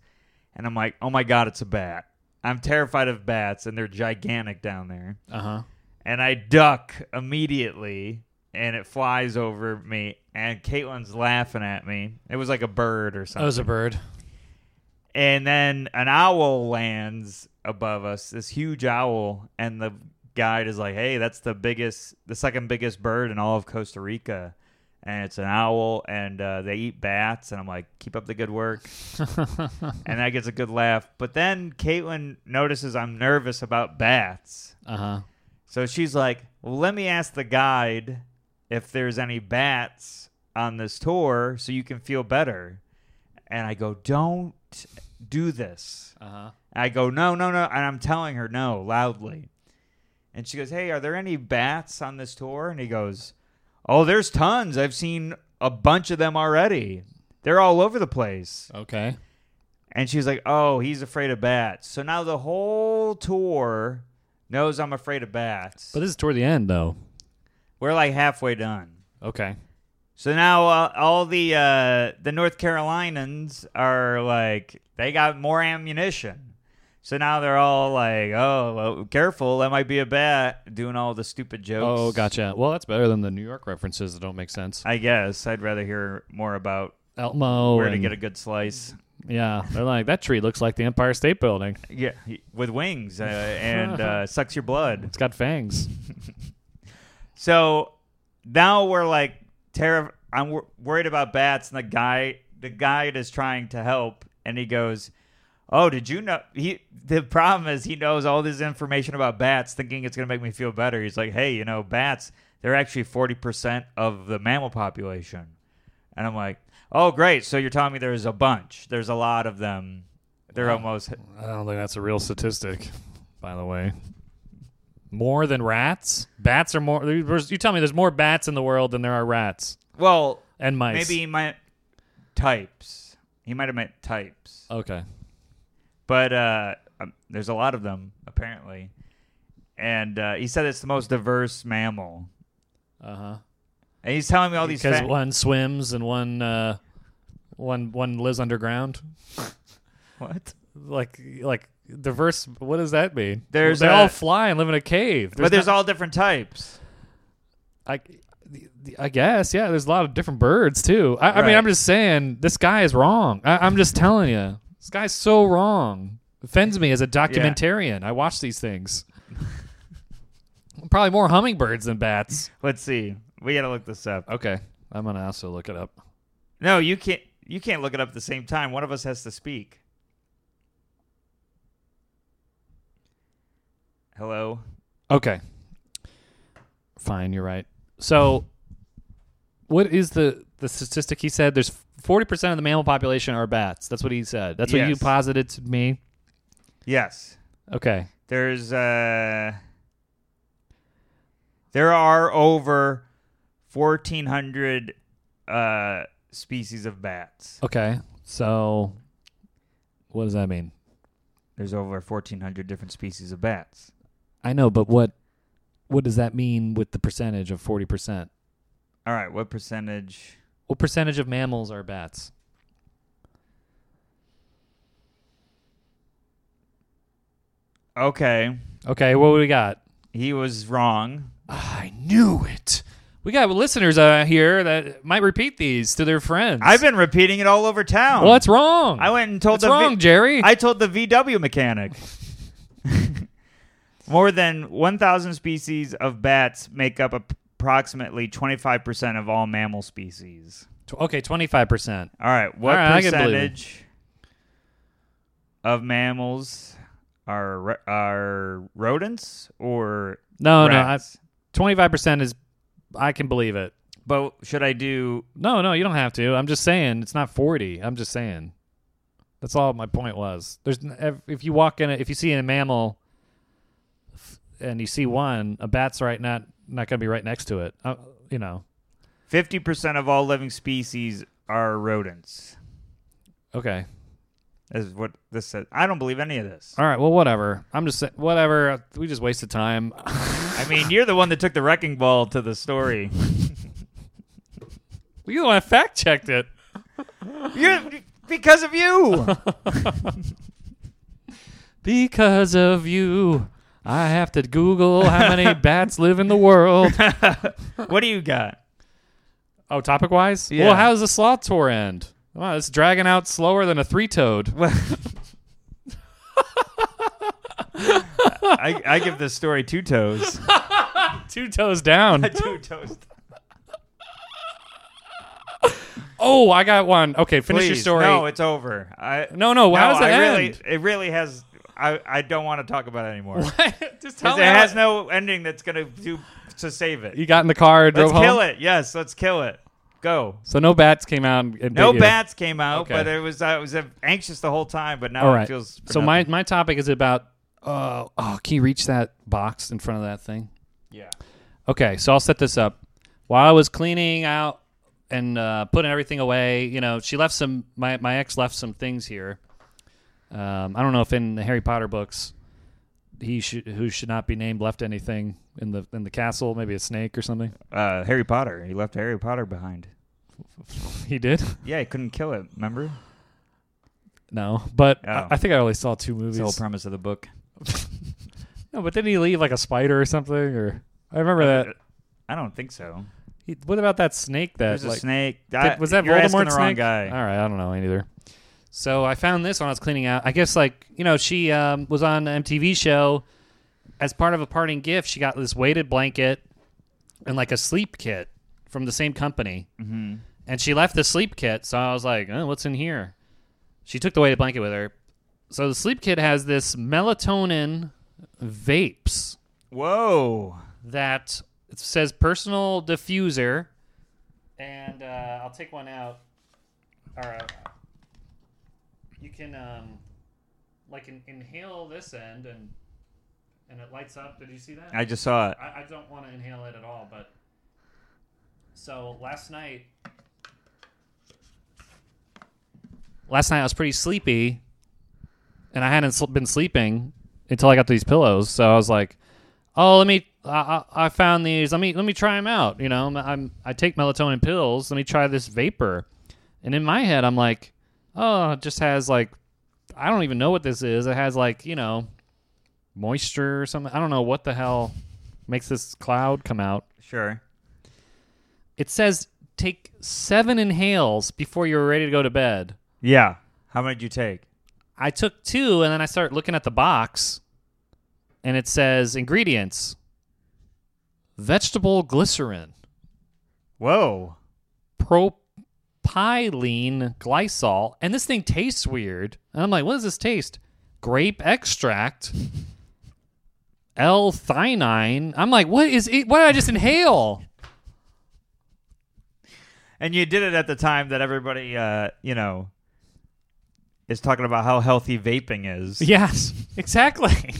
and I'm like, oh my god, it's a bat. I'm terrified of bats, and they're gigantic down there Uh huh. and I duck immediately, and it flies over me. And Caitlin's laughing at me. It was like a bird or That something. was a bird. and then an owl lands above us, this huge owl, and the guide is like, hey, that's the biggest, the second biggest bird in all of Costa Rica. And it's an owl, and uh, they eat bats. And I'm like, keep up the good work. and that gets a good laugh. But then Caitlin notices I'm nervous about bats. Uh huh. So she's like, well, let me ask the guide if there's any bats on this tour so you can feel better. And I go, don't do this. Uh huh. I go, no, no, no. And I'm telling her no loudly. And she goes, hey, are there any bats on this tour? And he goes, oh, there's tons. I've seen a bunch of them already. They're all over the place. Okay. And she's like, oh, he's afraid of bats. So now the whole tour knows I'm afraid of bats. But this is toward the end, though. We're like halfway done. Okay. So now uh, all the uh, the North Carolinians are like they got more ammunition. So now they're all like, "Oh, well, careful! That might be a bat." Doing all the stupid jokes. Oh, gotcha. Well, that's better than the New York references that don't make sense. I guess I'd rather hear more about Elmo. where to and- get a good slice. yeah, they're like that tree looks like the Empire State Building. Yeah, with wings uh, and uh, sucks your blood. It's got fangs. So now we're like terrified. I'm wor- worried about bats, and the guy, the guide is trying to help, and he goes, "Oh, did you know?" He the problem is he knows all this information about bats, thinking it's gonna make me feel better. He's like, "Hey, you know, bats, they're actually forty percent of the mammal population," and I'm like, "Oh, great! So you're telling me there's a bunch? There's a lot of them? They're almost I don't think that's a real statistic, by the way. More than rats? Bats are more. You tell me there's more bats in the world than there are rats well, and mice. maybe he might types. He might have meant types." Okay. but uh, um, there's a lot of them apparently. And uh, he said it's the most diverse mammal, Uh huh. and he's telling me all these. Because fac- one swims and one uh, one one lives underground. what? Like like diverse. What does that mean? There's they a- all fly and live in a cave. but there's not- all different types. I, I guess yeah. There's a lot of different birds too. I, I mean, Right. I'm just saying this guy is wrong. I, I'm just telling you, this guy's so wrong. Offends me as a documentarian. I watch these things. Probably more hummingbirds than bats. Let's see. We gotta look this up. Okay, I'm gonna also look it up. No, you can't. You can't look it up at the same time. One of us has to speak. Hello. Okay, fine. You're right. So, what is the the statistic he said? There's 40 percent of the mammal population are bats. That's what he said. That's what you Yes. posited to me. Yes. Okay. There's uh there are over 1400 uh species of bats. Okay. So what does that mean? There's over 1400 different species of bats. I know, but what what does that mean with the percentage of 40%? All right, what percentage? What percentage of mammals are bats? Okay. Okay, what we got? He was wrong. I knew it. We got listeners out here that might repeat these to their friends. I've been repeating it all over town. Well, that's wrong. I went and told That's the wrong, Jerry. I told the VW mechanic. More than 1,000 species of bats make up approximately 25% of all mammal species. Tw- okay, 25%. All right, what All right, I can believe it. percentage of mammals are ro- are rodents or Oh, No, rats? no. I, 25% is I can believe it. But should I do? No, no, you don't have to. I'm just saying it's not 40. I'm just saying. That's all my point was. There's n- ev- if you walk in, a, if you see a mammal, f- and you see one, a bat's right not not going to be right next to it. Uh, you know. Fifty percent of all living species are rodents. Okay. Is what this says. I don't believe any of this. All right. Well, whatever. I'm just saying. Whatever. We just wasted time. I mean, you're the one that took the wrecking ball to the story. you the one that fact checked it. you're because of you. Because of you, I have to Google how many bats live in the world. what do you got? Oh, topic wise? Yeah. Well, how does the slot tour end? Wow, it's dragging out slower than a three toed. Well- I, I give this story two toes. Two toes down. two toes. Oh, I got one. Okay, finish your Please, story. No, it's over. I No, no, how does it I end? Really, it really has. I, I don't want to talk about it anymore. Just tell 'Cause me. it how has no ending that's gonna do to save it. You got in the car, drove Let's home. kill it. Yes, let's kill it. Go. So no bats came out. And bit No you. bats came out, Okay. but it was I was uh, anxious the whole time. But now All it right. feels. for So my, nothing. my topic is about. Uh, oh, can you reach that box in front of that thing? yeah. Okay, so I'll set this up. While I was cleaning out and uh, putting everything away, you know, she left some. My my ex left some things here. Um, I don't know if in the Harry Potter books, he should who should not be named left anything in the in the castle. Maybe a snake or something. Uh, Harry Potter. He left Harry Potter behind. He did. Yeah, he couldn't kill it. Remember No, but Oh. I, I think I only saw two movies. the whole premise of the book. No, but didn't he leave like a spider or something? Or I Uh, remember that. I don't think so. He, what about that snake that There's a like, snake. did- I- was that you're Voldemort's asking the wrong snake? guy? All right, I don't know either. So I found this when I was cleaning out. I guess like you know she um, was on an MTV show as part of a parting gift. She got this weighted blanket and like a sleep kit from the same company, mm-hmm. and she left the sleep kit. So I was like, oh, what's in here? She took the weighted blanket with her. So the sleep kit has this melatonin vapes Whoa. that it says personal diffuser, and uh, I'll take one out. All right. You can um, like in- inhale this end, and and it lights up. Did you see that? I just saw it. I, I don't want to inhale it at all, but so last night last night I was pretty sleepy and I hadn't sl- been sleeping until I got these pillows, so I was like, "Oh, let me I, I, I found these. Let me let me try them out, you know. I'm, I'm I take melatonin pills. Let me try this vapor." And in my head, I'm like, "Oh, it just has like I don't even know what this is. It has like, you know, moisture or something. I don't know what the hell makes this cloud come out. Sure. It says take seven inhales before you're ready to go to bed. Yeah. How many did you take? I took two and then I start looking at the box and it says ingredients vegetable glycerin, Whoa. propylene glycol, and this thing tastes weird. And I'm like, what does this taste? Grape extract. L-thionine. I'm like, what is it? What did I just inhale? And you did it at the time that everybody, uh, you know, is talking about how healthy vaping is. Yes, exactly.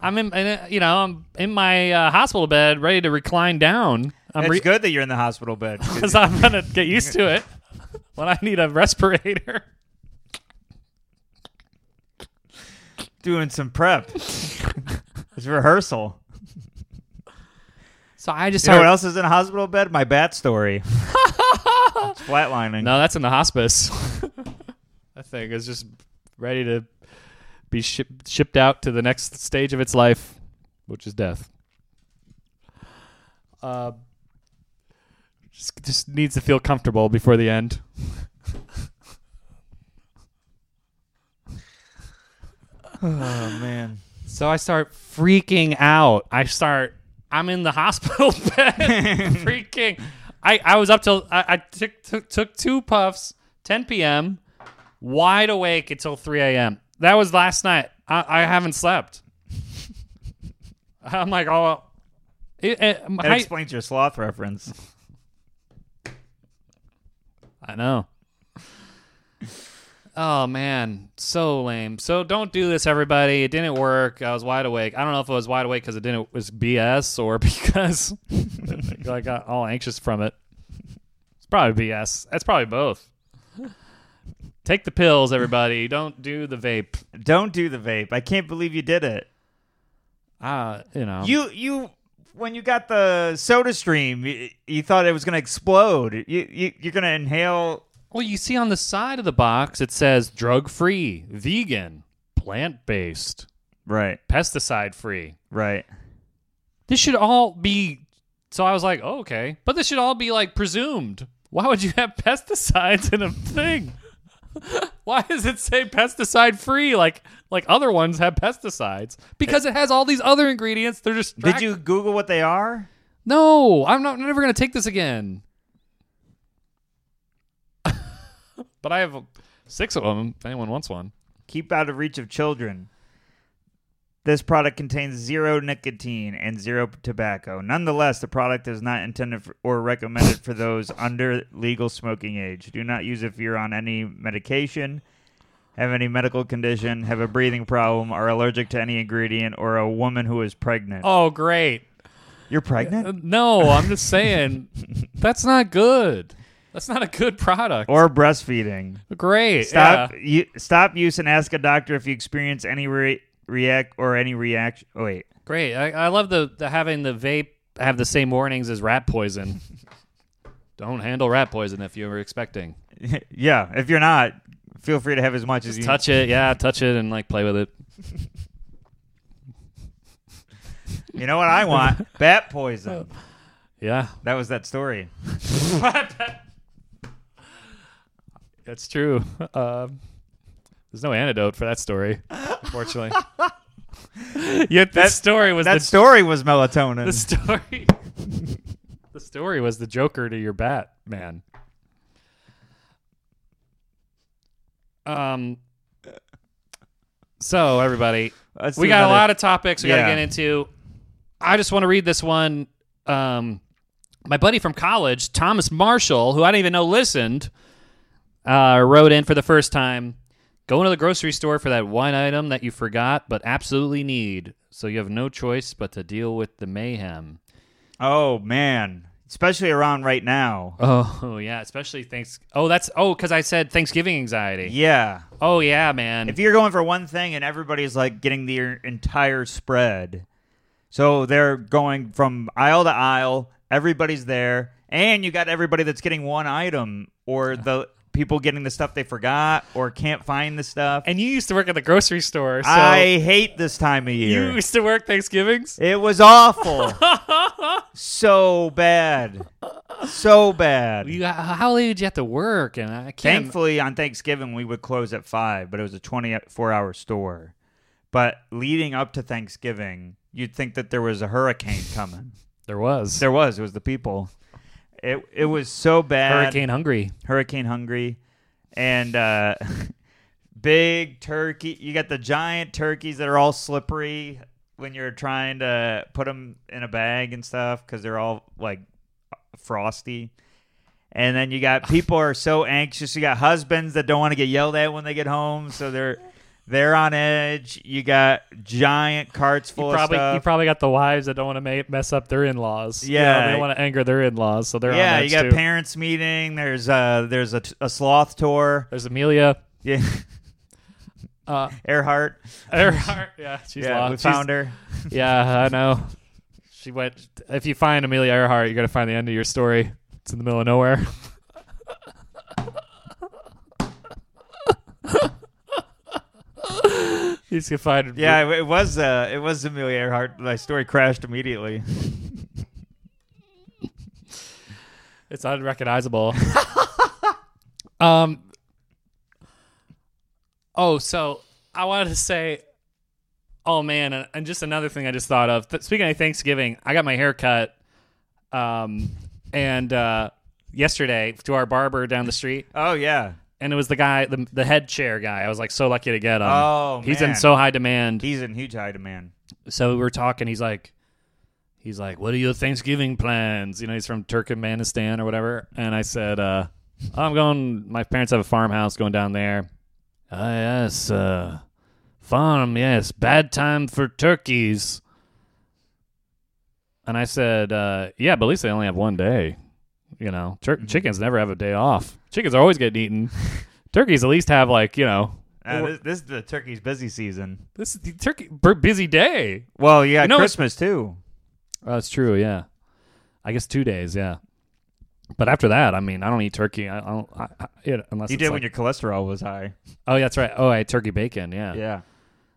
I'm in, in a- you know, I'm in my uh, hospital bed, ready to recline down. I'm it's re- good that you're in the hospital bed. 'cause because I'm gonna get used to it when I need a respirator. doing some prep. it's rehearsal. So I just You know what started. else is in a hospital bed? My bat story. It's flatlining. No, that's in the hospice. that thing is just ready to be ship- shipped out to the next stage of its life, which is death. Uh, just, just needs to feel comfortable before the end. Oh man. So I start freaking out. I start. I'm in the hospital bed, freaking. I, I was up till I, I took, took took two puffs, 10 p.m. Wide awake until 3 a.m. That was last night. I, I haven't slept. I'm like, oh, it, it- That I, explains your sloth reference. I know. Oh man, so lame. So don't do this, everybody. It didn't work. I was wide awake. I don't know if I was wide awake because it didn't it was BS or because I got all anxious from it. It's probably BS. That's probably both. Take the pills, everybody. Don't do the vape. Don't do the vape. I can't believe you did it. Uh, you know. You you when you got the soda stream, you, you thought it was gonna explode. You, you you're gonna inhale. Well, you see on the side of the box it says drug free, vegan, plant based, Right, pesticide free. right. this should all be so i was like oh, okay but this should all be like presumed why would you have pesticides in a thing Why does it say pesticide free? Like like other ones have pesticides because it has all these other ingredients. They're just Did you Google what they are? No, I'm not. I'm never gonna take this again. but I have uh, six of them. If anyone wants one, Keep out of reach of children. This product contains zero nicotine and zero tobacco. Nonetheless, the product is not intended for, or recommended for those under legal smoking age. Do not use if you're on any medication, have any medical condition, have a breathing problem, are allergic to any ingredient, or a woman who is pregnant. oh great. You're pregnant? No, I'm just saying that's not good. That's not a good product. or breastfeeding. great. Stop yeah. you, stop use and ask a doctor if you experience any re- react or any reaction. Oh wait, Great. I, I love the, the having the vape have the same warnings as rat poison. Don't handle rat poison if you were expecting. yeah. If you're not, feel free to have as much as you Touch it, yeah, touch it and like play with it. You know what I want? bat Oh. poison. Yeah, That was that story. that's true. Um, there's no antidote for that story, unfortunately. Yet that story was That the, story was melatonin. the story. the story was the Joker to your bat, man. Um. So everybody, Let's we do got another- a lot of topics we got Yeah. to get into. I just want to read this one. Um, my buddy from college, Thomas Marshall, who I didn't even know listened, uh, wrote in for the first time. Going to the grocery store for that one item that you forgot but absolutely need, so you have no choice but to deal with the mayhem. Oh man, especially around right now. Oh yeah, especially thanks. Oh, that's oh because I said Thanksgiving anxiety. Yeah. Oh yeah, man. If you're going for one thing and everybody's like getting the entire spread, so they're going from aisle to aisle, everybody's there, and you got everybody that's getting one item or the people getting the stuff they forgot or can't find the stuff. and you used to work at the grocery store, so I hate this time of you year. used to work Thanksgivings. It was awful. so bad. So bad. You, how late did you have to work? And I can't. Thankfully, on Thanksgiving, we would close at five, but it was a 24 hour store. But leading up to Thanksgiving, you'd think that there was a hurricane coming. there was there was. It was the people. It, it was so bad. hurricane hungry. Hurricane Hungry. And uh, big turkey. You got the giant turkeys that are all slippery when you're trying to put them in a bag and stuff because they're all like frosty. And then you got people are so anxious. You got husbands that don't want to get yelled at when they get home, so they're they're on edge. You got giant carts full of Probably stuff. you probably got the wives that don't want to ma- mess up their in laws. Yeah. they don't want to anger their in laws, so they're yeah, on you edge got too. parents meeting. There's uh there's a, a sloth tour. There's Amelia. Yeah, Uh, Earhart. Earhart. Yeah, she's yeah, lost. we She's- found her. Yeah, I know. She went. If you find Amelia Earhart, you're gonna find the end of your story. It's in the middle of nowhere. you just gonna find. Yeah, it- it was uh, it was Amelia Earhart. My story crashed immediately. It's unrecognizable. um. Oh, so I wanted to say, oh man, and, and just another thing I just thought of. Th- speaking of Thanksgiving, I got my hair cut, um, and uh, yesterday to our barber down the street, Oh yeah, and it was the guy, the, the head chair guy. I was like so lucky to get him. Oh, he's in man. so high demand he's in huge high demand. so we were talking. He's like, he's like, what are your Thanksgiving plans? You know, he's from Turkmenistan or whatever. And I said, uh, I'm going. My parents have a farmhouse going down there. Ah, yes, uh, farm. Yes, bad time for turkeys. And I said, uh, yeah, but at least they only have one day. You know, Tur- chickens never have a day off. Chickens are always getting eaten. Turkeys at least have like you know. Uh, this, this is the turkey's busy season. This is the turkey bur- busy day. Well, yeah, You know, Christmas too. Oh, that's true. Yeah, I guess two days. Yeah, but after that, I mean, I don't eat turkey. I, I don't I, I, yeah, unless You it's did like- when your cholesterol was high. Oh, yeah, that's right. Oh, I had turkey bacon. Yeah, Yeah.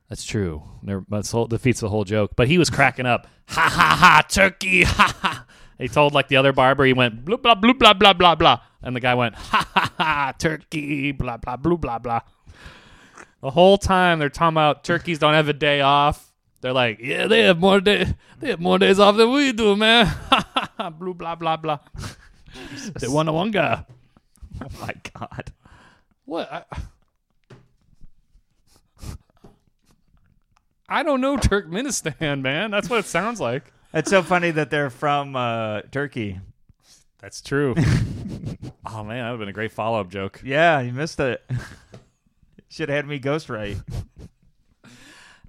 that's true. Never, that's whole, defeats the whole joke. But he was cracking up. Ha ha ha! Turkey! Ha ha! He told like the other barber, he went bloop blah bloop blah blah blah blah, and the guy went ha ha ha turkey blah blah bloop blah blah. The whole time they're talking about turkeys don't have a day off. They're like, yeah, they have more day, they have more days off than we do, man. Ha ha ha bloop blah blah blah. they want a one guy. Oh my god. What? I, I don't know Turkmenistan, man. That's what it sounds like. It's so funny that they're from uh, Turkey. That's true. oh man, that would have been a great follow up joke. Yeah, you missed it. Should have had me ghost right.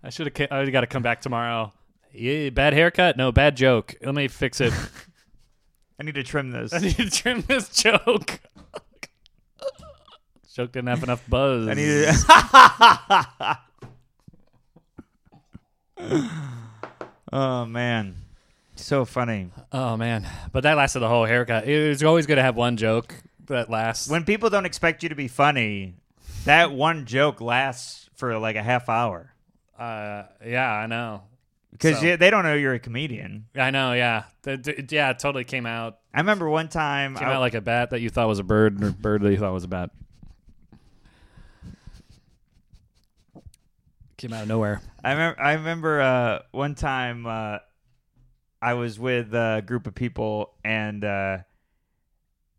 I should have. I got to come back tomorrow. Yeah, bad haircut. No, bad joke. Let me fix it. I need to trim this. I need to trim this joke. joke didn't have enough buzz. I need to. oh man, so funny. oh man, but that lasted the whole haircut. It's always good to have one joke that lasts. When people don't expect you to be funny, that one joke lasts for like a half hour uh, yeah, I know. because So- they don't know you're a comedian. I know. Yeah, The- the- yeah, it totally came out I remember one time Came I- out like a bat that you thought was a bird, or bird that you thought was a bat. Came out of nowhere. I remember, I remember uh, one time uh, I was with a group of people and uh,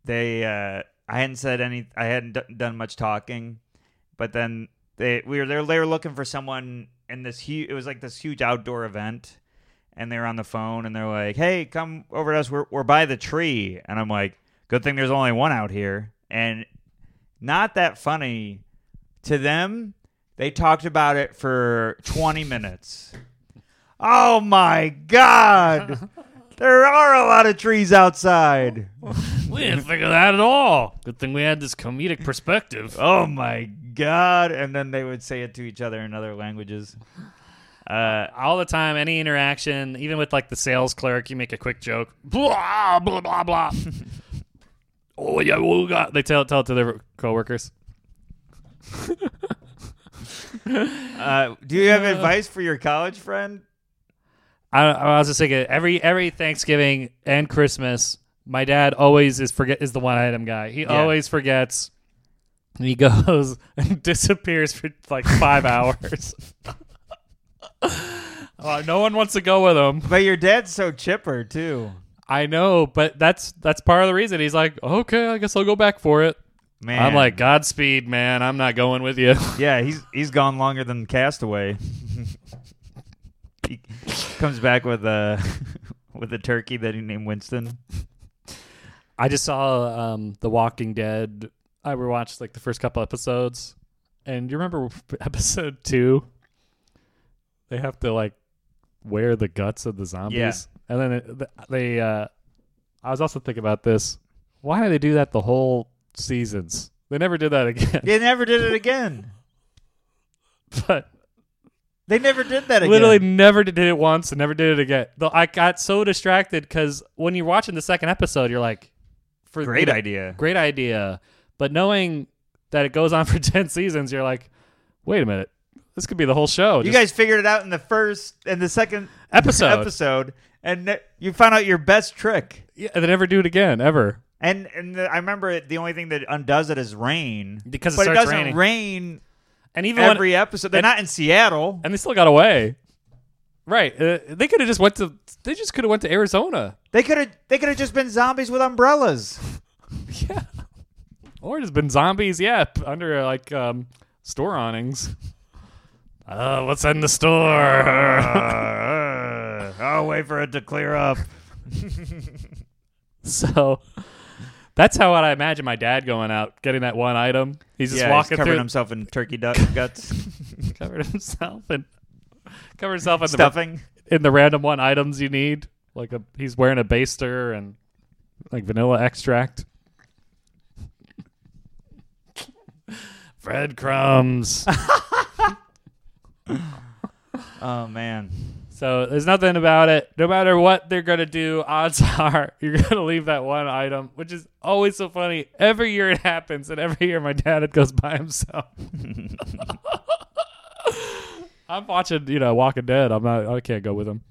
they uh, I hadn't said any I hadn't d- done much talking, but then they we were they were, they were looking for someone in this huge it was like this huge outdoor event and they were on the phone and they're like hey come over to us we're we're by the tree and I'm like good thing there's only one out here and not that funny to them they talked about it for 20 minutes oh my god there are a lot of trees outside We didn't think of that at all. Good thing we had this comedic perspective. oh my god and then they would say it to each other in other languages uh, All the time, any interaction, even with like the sales clerk, you make a quick joke. Blah blah blah blah. oh yeah, we got. They tell tell it to their coworkers. uh, do you have advice for your college friend I, I was just thinking every every Thanksgiving and Christmas, my dad always is forget is the one item guy. He always forgets. And he goes and disappears for like five hours. Uh, no one wants to go with him. but your dad's so chipper too I know, but that's that's part of the reason. He's like, okay, I guess I'll go back for it. man I'm like, Godspeed, man. I'm not going with you. yeah he's he's gone longer than castaway he comes back with a with a turkey that he named winston I just saw um, The Walking Dead. I rewatched like the first couple episodes, and you remember episode two? They have to like wear the guts of the zombies, Yeah. and then it, they. Uh, I was also thinking about this. Why do they do that the whole seasons? They never did that again. They never did it again. but They never did that again. literally never did it once and never did it again. Though I got so distracted because when you're watching the second episode, you're like, for great idea. idea. great idea. But knowing that it goes on for 10 seasons, you're like, wait a minute. This could be the whole show. You Just guys figured it out in the first and the second Episode. episode, and ne- you found out your best trick. yeah, they never do it again, ever. And and the, I remember it, the only thing that undoes it is rain Because it but it starts doesn't raining. rain And even every when, episode. They're and- not in Seattle. and they still got away. Right. Uh, they could have just went to, they just could have went to Arizona. They could have they could have just been zombies with umbrellas. Yeah. or there's been zombies, yeah, p- under uh, like um, store awnings. Uh, what's in the store? Uh, I'll wait for it to clear up. so that's how I imagine my dad going out, getting that one item. He's just yeah, he's walking covering through. himself in turkey duck guts covered himself and covered himself in the, stuffing. in the random one items you need. Like a he's wearing a baster and like vanilla extract. Breadcrumbs. Oh man, so there's nothing about it. No matter what they're gonna do, odds are you're gonna leave that one item, which is always so funny. Every year it happens, and every year my dad goes by himself. I'm watching, you know, Walking Dead. I'm not. I can't go with him.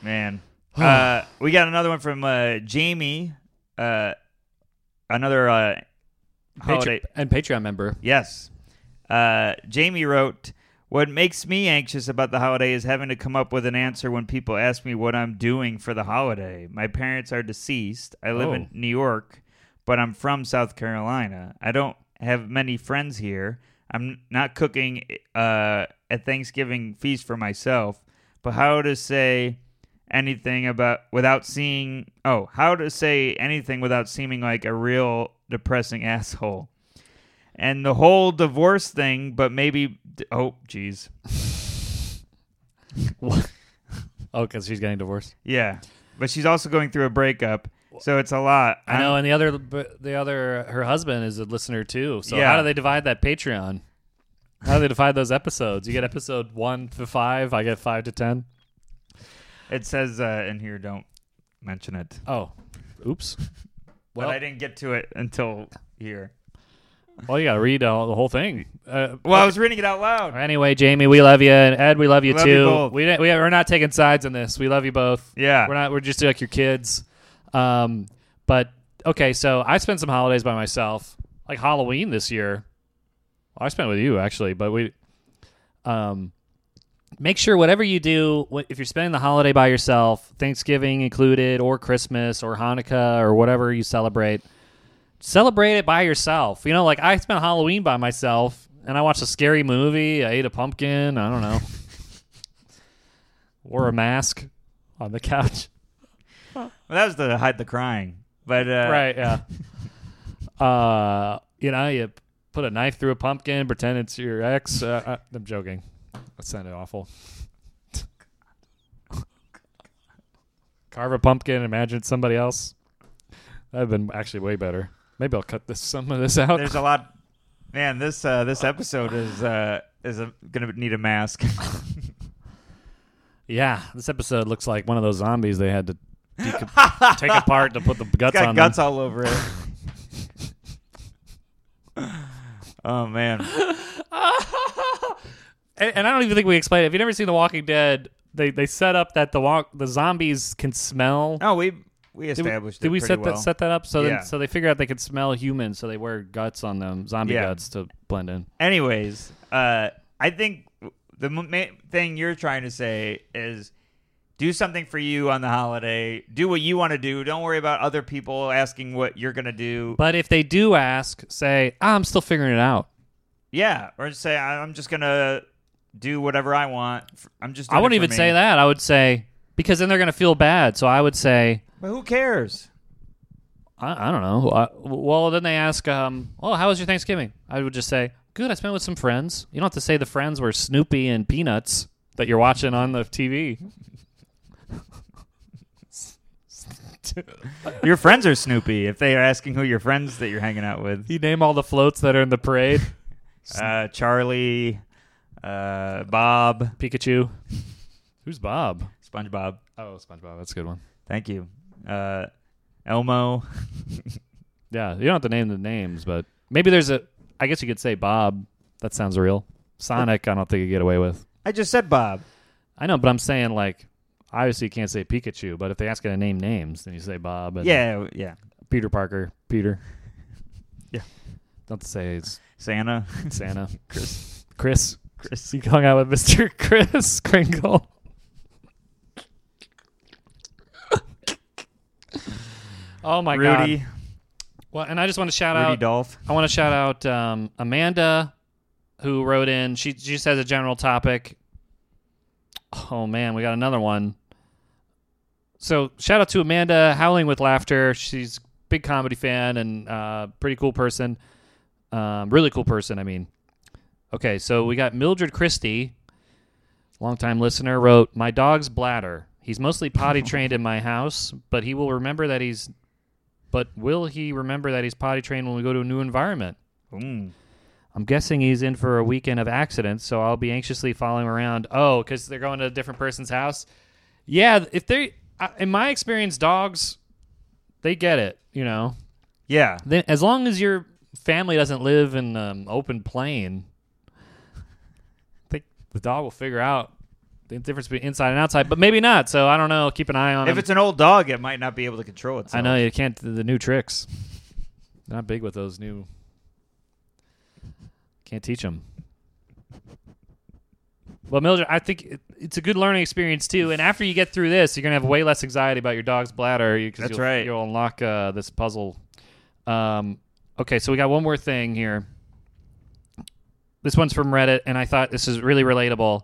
man. uh, we got another one from uh, Jamie. Uh, another uh, holiday. Patre- and Patreon member. Yes. Uh, Jamie wrote, What makes me anxious about the holiday is having to come up with an answer when people ask me what I'm doing for the holiday. My parents are deceased. I live Oh. in New York, but I'm from South Carolina. I don't have many friends here. I'm not cooking uh, a Thanksgiving feast for myself, but how to say anything about without seeing oh how to say anything without seeming like a real depressing asshole and the whole divorce thing, but maybe oh jeez. Oh, because she's getting divorced. Yeah. But she's also going through a breakup. So it's a lot. I know, and the other, but the other, her husband is a listener too. So Yeah. how do they divide that Patreon? How do they divide those episodes? You get episode one to five. I get five to ten. It says uh, in here don't mention it. Oh, oops. Well, but I didn't get to it until here. well, you got to read all, the whole thing. Uh, Well, I was reading it out loud. anyway, Jamie, we love you, and Ed, we love you Love you too. both. we didn't, we we're not taking sides in this. We love you both. Yeah. We're not. We're just like your kids. Um, but okay, so I spent some holidays by myself, like Halloween this year. Well, I spent with you actually, but we, um, make sure whatever you do, wh- if you're spending the holiday by yourself, Thanksgiving included, or Christmas, or Hanukkah, or whatever you celebrate, celebrate it by yourself. You know, like I spent Halloween by myself, and I watched a scary movie. I ate a pumpkin. I don't know. Wore a mask on the couch. Well, that was the hide the crying. But uh, right yeah uh you know you put a knife through a pumpkin pretend it's your ex uh, uh, i'm joking that sounded awful carve a pumpkin imagine it's somebody else that'd been actually way better maybe i'll cut this some of this out there's a lot. Man, this uh, this episode is uh, is a, gonna need a mask. yeah this episode looks like one of those zombies they had to deco- take apart to put the guts It's got on guts them. all over it. oh man. and, and I don't even think we explained it. If you've never seen The Walking Dead, they they set up that the walk the zombies can smell. No, we we Did we- established Did we it set pretty that well. set that up so Yeah. then, so they figure out they could smell humans, so they wear guts on them, zombie Yeah. guts to blend in. Anyways, uh, I think the m- ma- thing you're trying to say is do something for you on the holiday. Do what you want to do. Don't worry about other people asking what you're gonna do. But if they do ask, say, "Ah, "I'm still figuring it out," yeah, or just say "I- I'm just gonna do whatever I want. F- I'm just. Doing I wouldn't it for even me." say that. I would say because then they're gonna feel bad. So I would say, But who cares? I, I don't know. I, well, then they ask, um, "Oh, how was your Thanksgiving?" I would just say, "Good. I spent with some friends." You don't have to say the friends were Snoopy and Peanuts that you're watching on the TV. Your friends are Snoopy. If they are asking who your friends that you're hanging out with, You name all the floats that are in the parade. uh, Charlie, uh, Bob, Pikachu. Who's Bob? SpongeBob. Oh, SpongeBob. That's a good one. Thank you, uh, Elmo. Yeah, you don't have to name the names, but maybe there's a. I guess you could say Bob. That sounds real. Sonic, I don't think you get away with. I just said Bob. I know, but I'm saying like, obviously you can't say Pikachu, but if they ask you to name names, then you say Bob and Yeah, yeah. Peter Parker, Peter. Yeah. Don't say it's Santa. Santa, Chris, Chris. Chris. You hung out with Mr. Chris Kringle. oh my Rudy. god! Well, and I just want to shout Rudy out Dolph. I want to shout out um, Amanda, who wrote in. She, she just has a general topic. Oh man, we got another one. So shout out to Amanda, howling with laughter. She's a big comedy fan and uh, pretty cool person. Um, really cool person. I mean, okay, so we got Mildred Christie, longtime listener, wrote my dog's bladder. He's mostly potty trained in my house, but he will remember that he's but will he remember that he's potty trained when we go to a new environment? Mm. I'm guessing he's in for a weekend of accidents, so I'll be anxiously following around. Oh, because they're going to a different person's house. Yeah, if they, I- in my experience, dogs, they get it. You know, Yeah. then as long as your family doesn't live in um, open plain, I think the dog will figure out the difference between inside and outside, but maybe not. So I don't know. Keep an eye on If him. it's an old dog, it might not be able to control itself. Um, I know you can't do the new tricks. They're not big with those new. Can't teach them. Well, Mildred, I think it, it's a good learning experience too. And after you get through this, you're gonna have way less anxiety about your dog's bladder. You, 'cause That's you'll, right. You'll unlock uh, this puzzle. Um, okay, so we got one more thing here. This one's from Reddit, and I thought this is really relatable.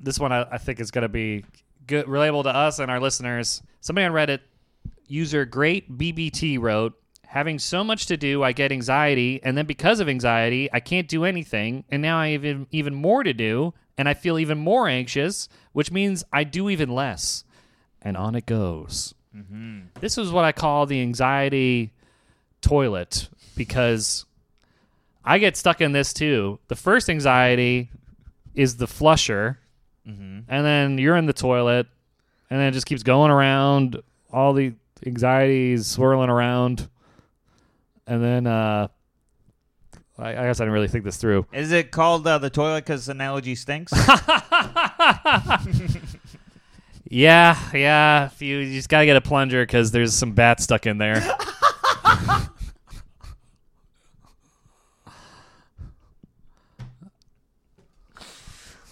This one I, I think is going to be good, relatable to us and our listeners. Somebody on Reddit, user Great BBT wrote, "Having so much to do, I get anxiety, and then because of anxiety, I can't do anything, and now I have even, even more to do, and I feel even more anxious, which means I do even less, and on it goes." This is what I call the anxiety toilet because I get stuck in this too. The first anxiety is the flusher, and then you're in the toilet, and then it just keeps going around. All the anxieties swirling around, and then uh, I, I guess I didn't really think this through. Is it called uh, the toilet because analogy stinks? Yeah, yeah. If you, you just gotta get a plunger because there's some bat stuck in there.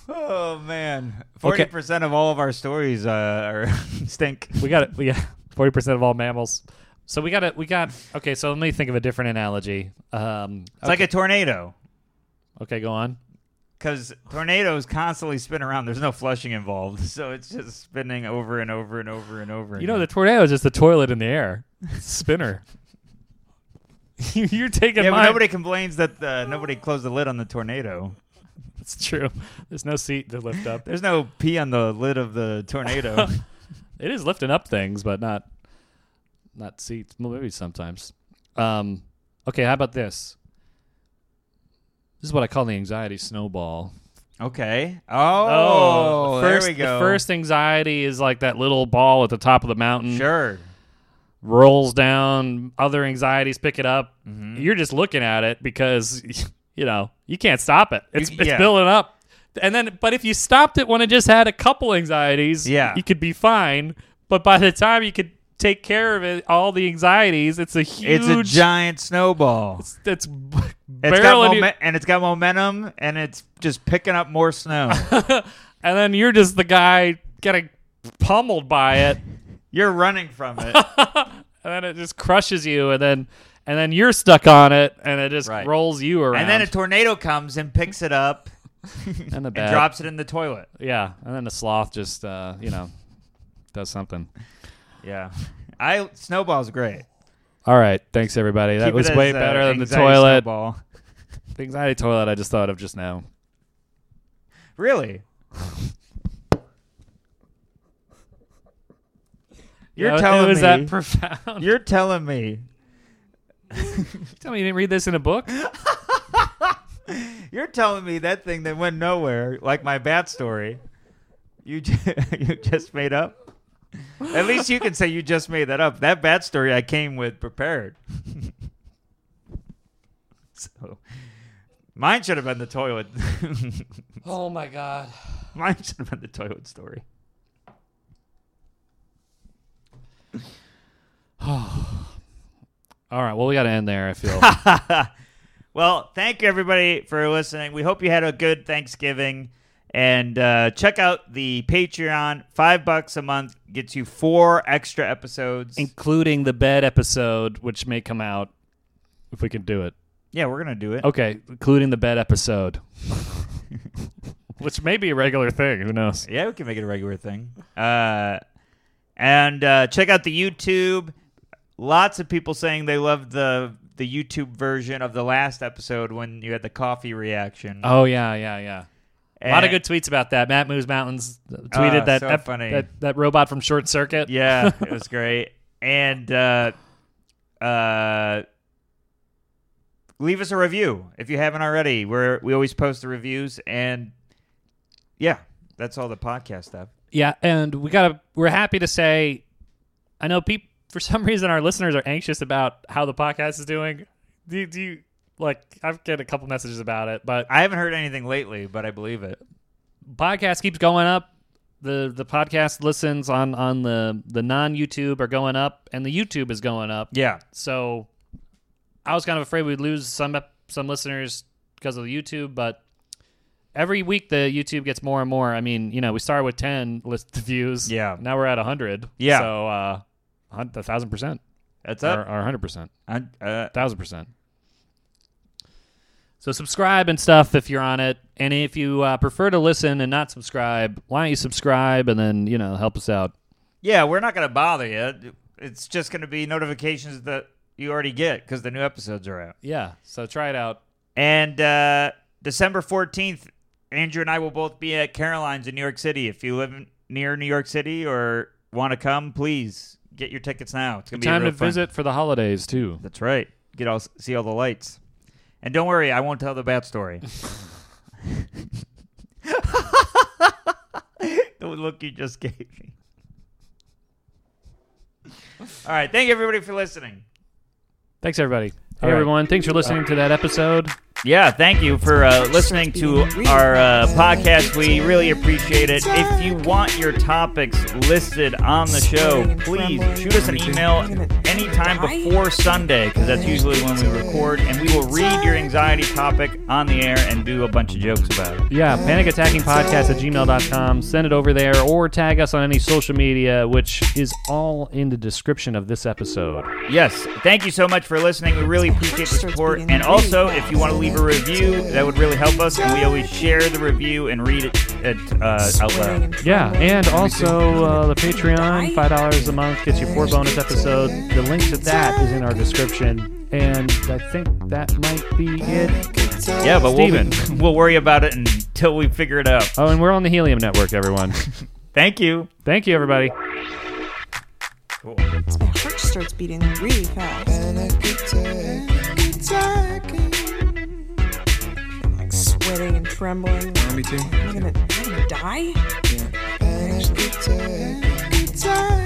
oh man, forty percent of all of our stories uh, are stink. we got it. Yeah, forty percent of all mammals. So we got it. We got okay. So let me think of a different analogy. Um, It's like a tornado okay, go on. because tornadoes constantly spin around. There's no flushing involved, so it's just spinning over and over and over and over. You know, the tornado is just the toilet in the air. It's a spinner. You're taking yeah, but mine. nobody complains that uh, nobody closed the lid on the tornado. It's true. There's no seat to lift up. There's no pee on the lid of the tornado. It is lifting up things, but not not seats. Well, maybe sometimes. Um, okay, how about this? This is what I call the anxiety snowball. okay. Oh, the first, there we go. The first anxiety is like that little ball at the top of the mountain. sure. rolls down, other anxieties pick it up. Mm-hmm. You're just looking at it because you know you can't stop it. It's, You- it's yeah. building up, and then but if you stopped it when it just had a couple anxieties, Yeah. you could be fine. But by the time you could take care of it, all the anxieties, it's a huge. It's a giant snowball. It's, it's b- It's got barreling you- momen- and it's got momentum, and it's just picking up more snow. and then you're just the guy getting pummeled by it. You're running from it. And then it just crushes you, and then and then you're stuck on it, and it just Right. rolls you around. and then a tornado comes and picks it up and a and bad- drops it in the toilet. Yeah, and then the sloth just uh, you know does something. Yeah. I snowball's great. All right, thanks everybody. That Keep it was as, way uh, better than the anxiety toilet. snowball. The anxiety toilet I just thought of just now. Really? You're Yeah, telling it was me that profound. You're telling me. Tell me you didn't read this in a book. You're telling me that thing that went nowhere, like my bat story, you ju- you just made up. At least you can say you just made that up. That bat story I came with prepared. so mine should have been the toilet. Oh my god. mine should have been the toilet story. All right, well we got to end there. I feel. Well, thank you everybody for listening. We hope you had a good Thanksgiving. And uh, check out the Patreon. Five bucks a month gets you four extra episodes. Including the bed episode, which may come out if we can do it. Yeah, we're gonna do it. Okay, including the bed episode, which may be a regular thing. Who knows? Yeah, we can make it a regular thing. Uh, and uh, check out the YouTube. Lots of people saying they loved the the YouTube version of the last episode when you had the coffee reaction. Oh yeah, yeah, yeah. A lot of good tweets about that. Matt Moves Mountains tweeted Oh, that, so ep- funny. that that robot from Short Circuit. yeah, it was great. And uh, uh, leave us a review if you haven't already. We're we always post the reviews, and yeah, that's all the podcast stuff. Yeah, and we gotta. We're happy to say. I know people. For some reason, our listeners are anxious about how the podcast is doing. Do, do you like? I've get a couple messages about it, but I haven't heard anything lately, but I believe it. podcast keeps going up. The the podcast listens on on the the non YouTube are going up, and the YouTube is going up. Yeah. So I was kind of afraid we'd lose some ep- some listeners because of the YouTube, but every week the YouTube gets more and more. I mean, you know, we started with ten list views. Yeah. Now we're at hundred. Yeah. So uh, hun- a thousand percent That's or up. or hundred percent, I- uh, thousand percent. So subscribe and stuff if you're on it, and if you uh, prefer to listen and not subscribe, why don't you subscribe and then you know help us out? yeah, we're not going to bother you. It's just going to be notifications that you already get because the new episodes are out. Yeah. So try it out. And uh, December 14th, Andrew and I will both be at Caroline's in New York City. If you live in, near New York City or want to come, please get your tickets now. It's going be Time real to fun. visit for the holidays too. That's right. Get all see all the lights. And don't worry, I won't tell the bat story. the look you just gave me. All right, thank you everybody for listening. Thanks, everybody. Hey, All right. everyone. Thanks for listening to that episode. Yeah, thank you for uh, listening to our uh, podcast. We really appreciate it. If you want your topics listed on the show, please shoot us an email anytime before Sunday, because that's usually when we record, and we will read your anxiety topic on the air and do a bunch of jokes about it. Yeah, panicattackingpodcast at gmail.com. Send it over there or tag us on any social media, which is all in the description of this episode. Yes, thank you so much for listening. We really appreciate the support. And also, if you want to leave a review, that would really help us, and we always share the review and read it, it uh, out loud. Yeah, and also uh, the Patreon, $5 a month gets you four bonus episodes. The link to that is in our description. And I think that might be it. Yeah, but Steven. we'll we'll worry about it until we figure it out. Oh, and we're on the Helium Network, everyone. Thank you. Thank you, everybody. My heart starts beating really fast. Panic attack, attacking. I'm like sweating and trembling. Me too. I'm gonna, I'm gonna die. Panic attack, attacking.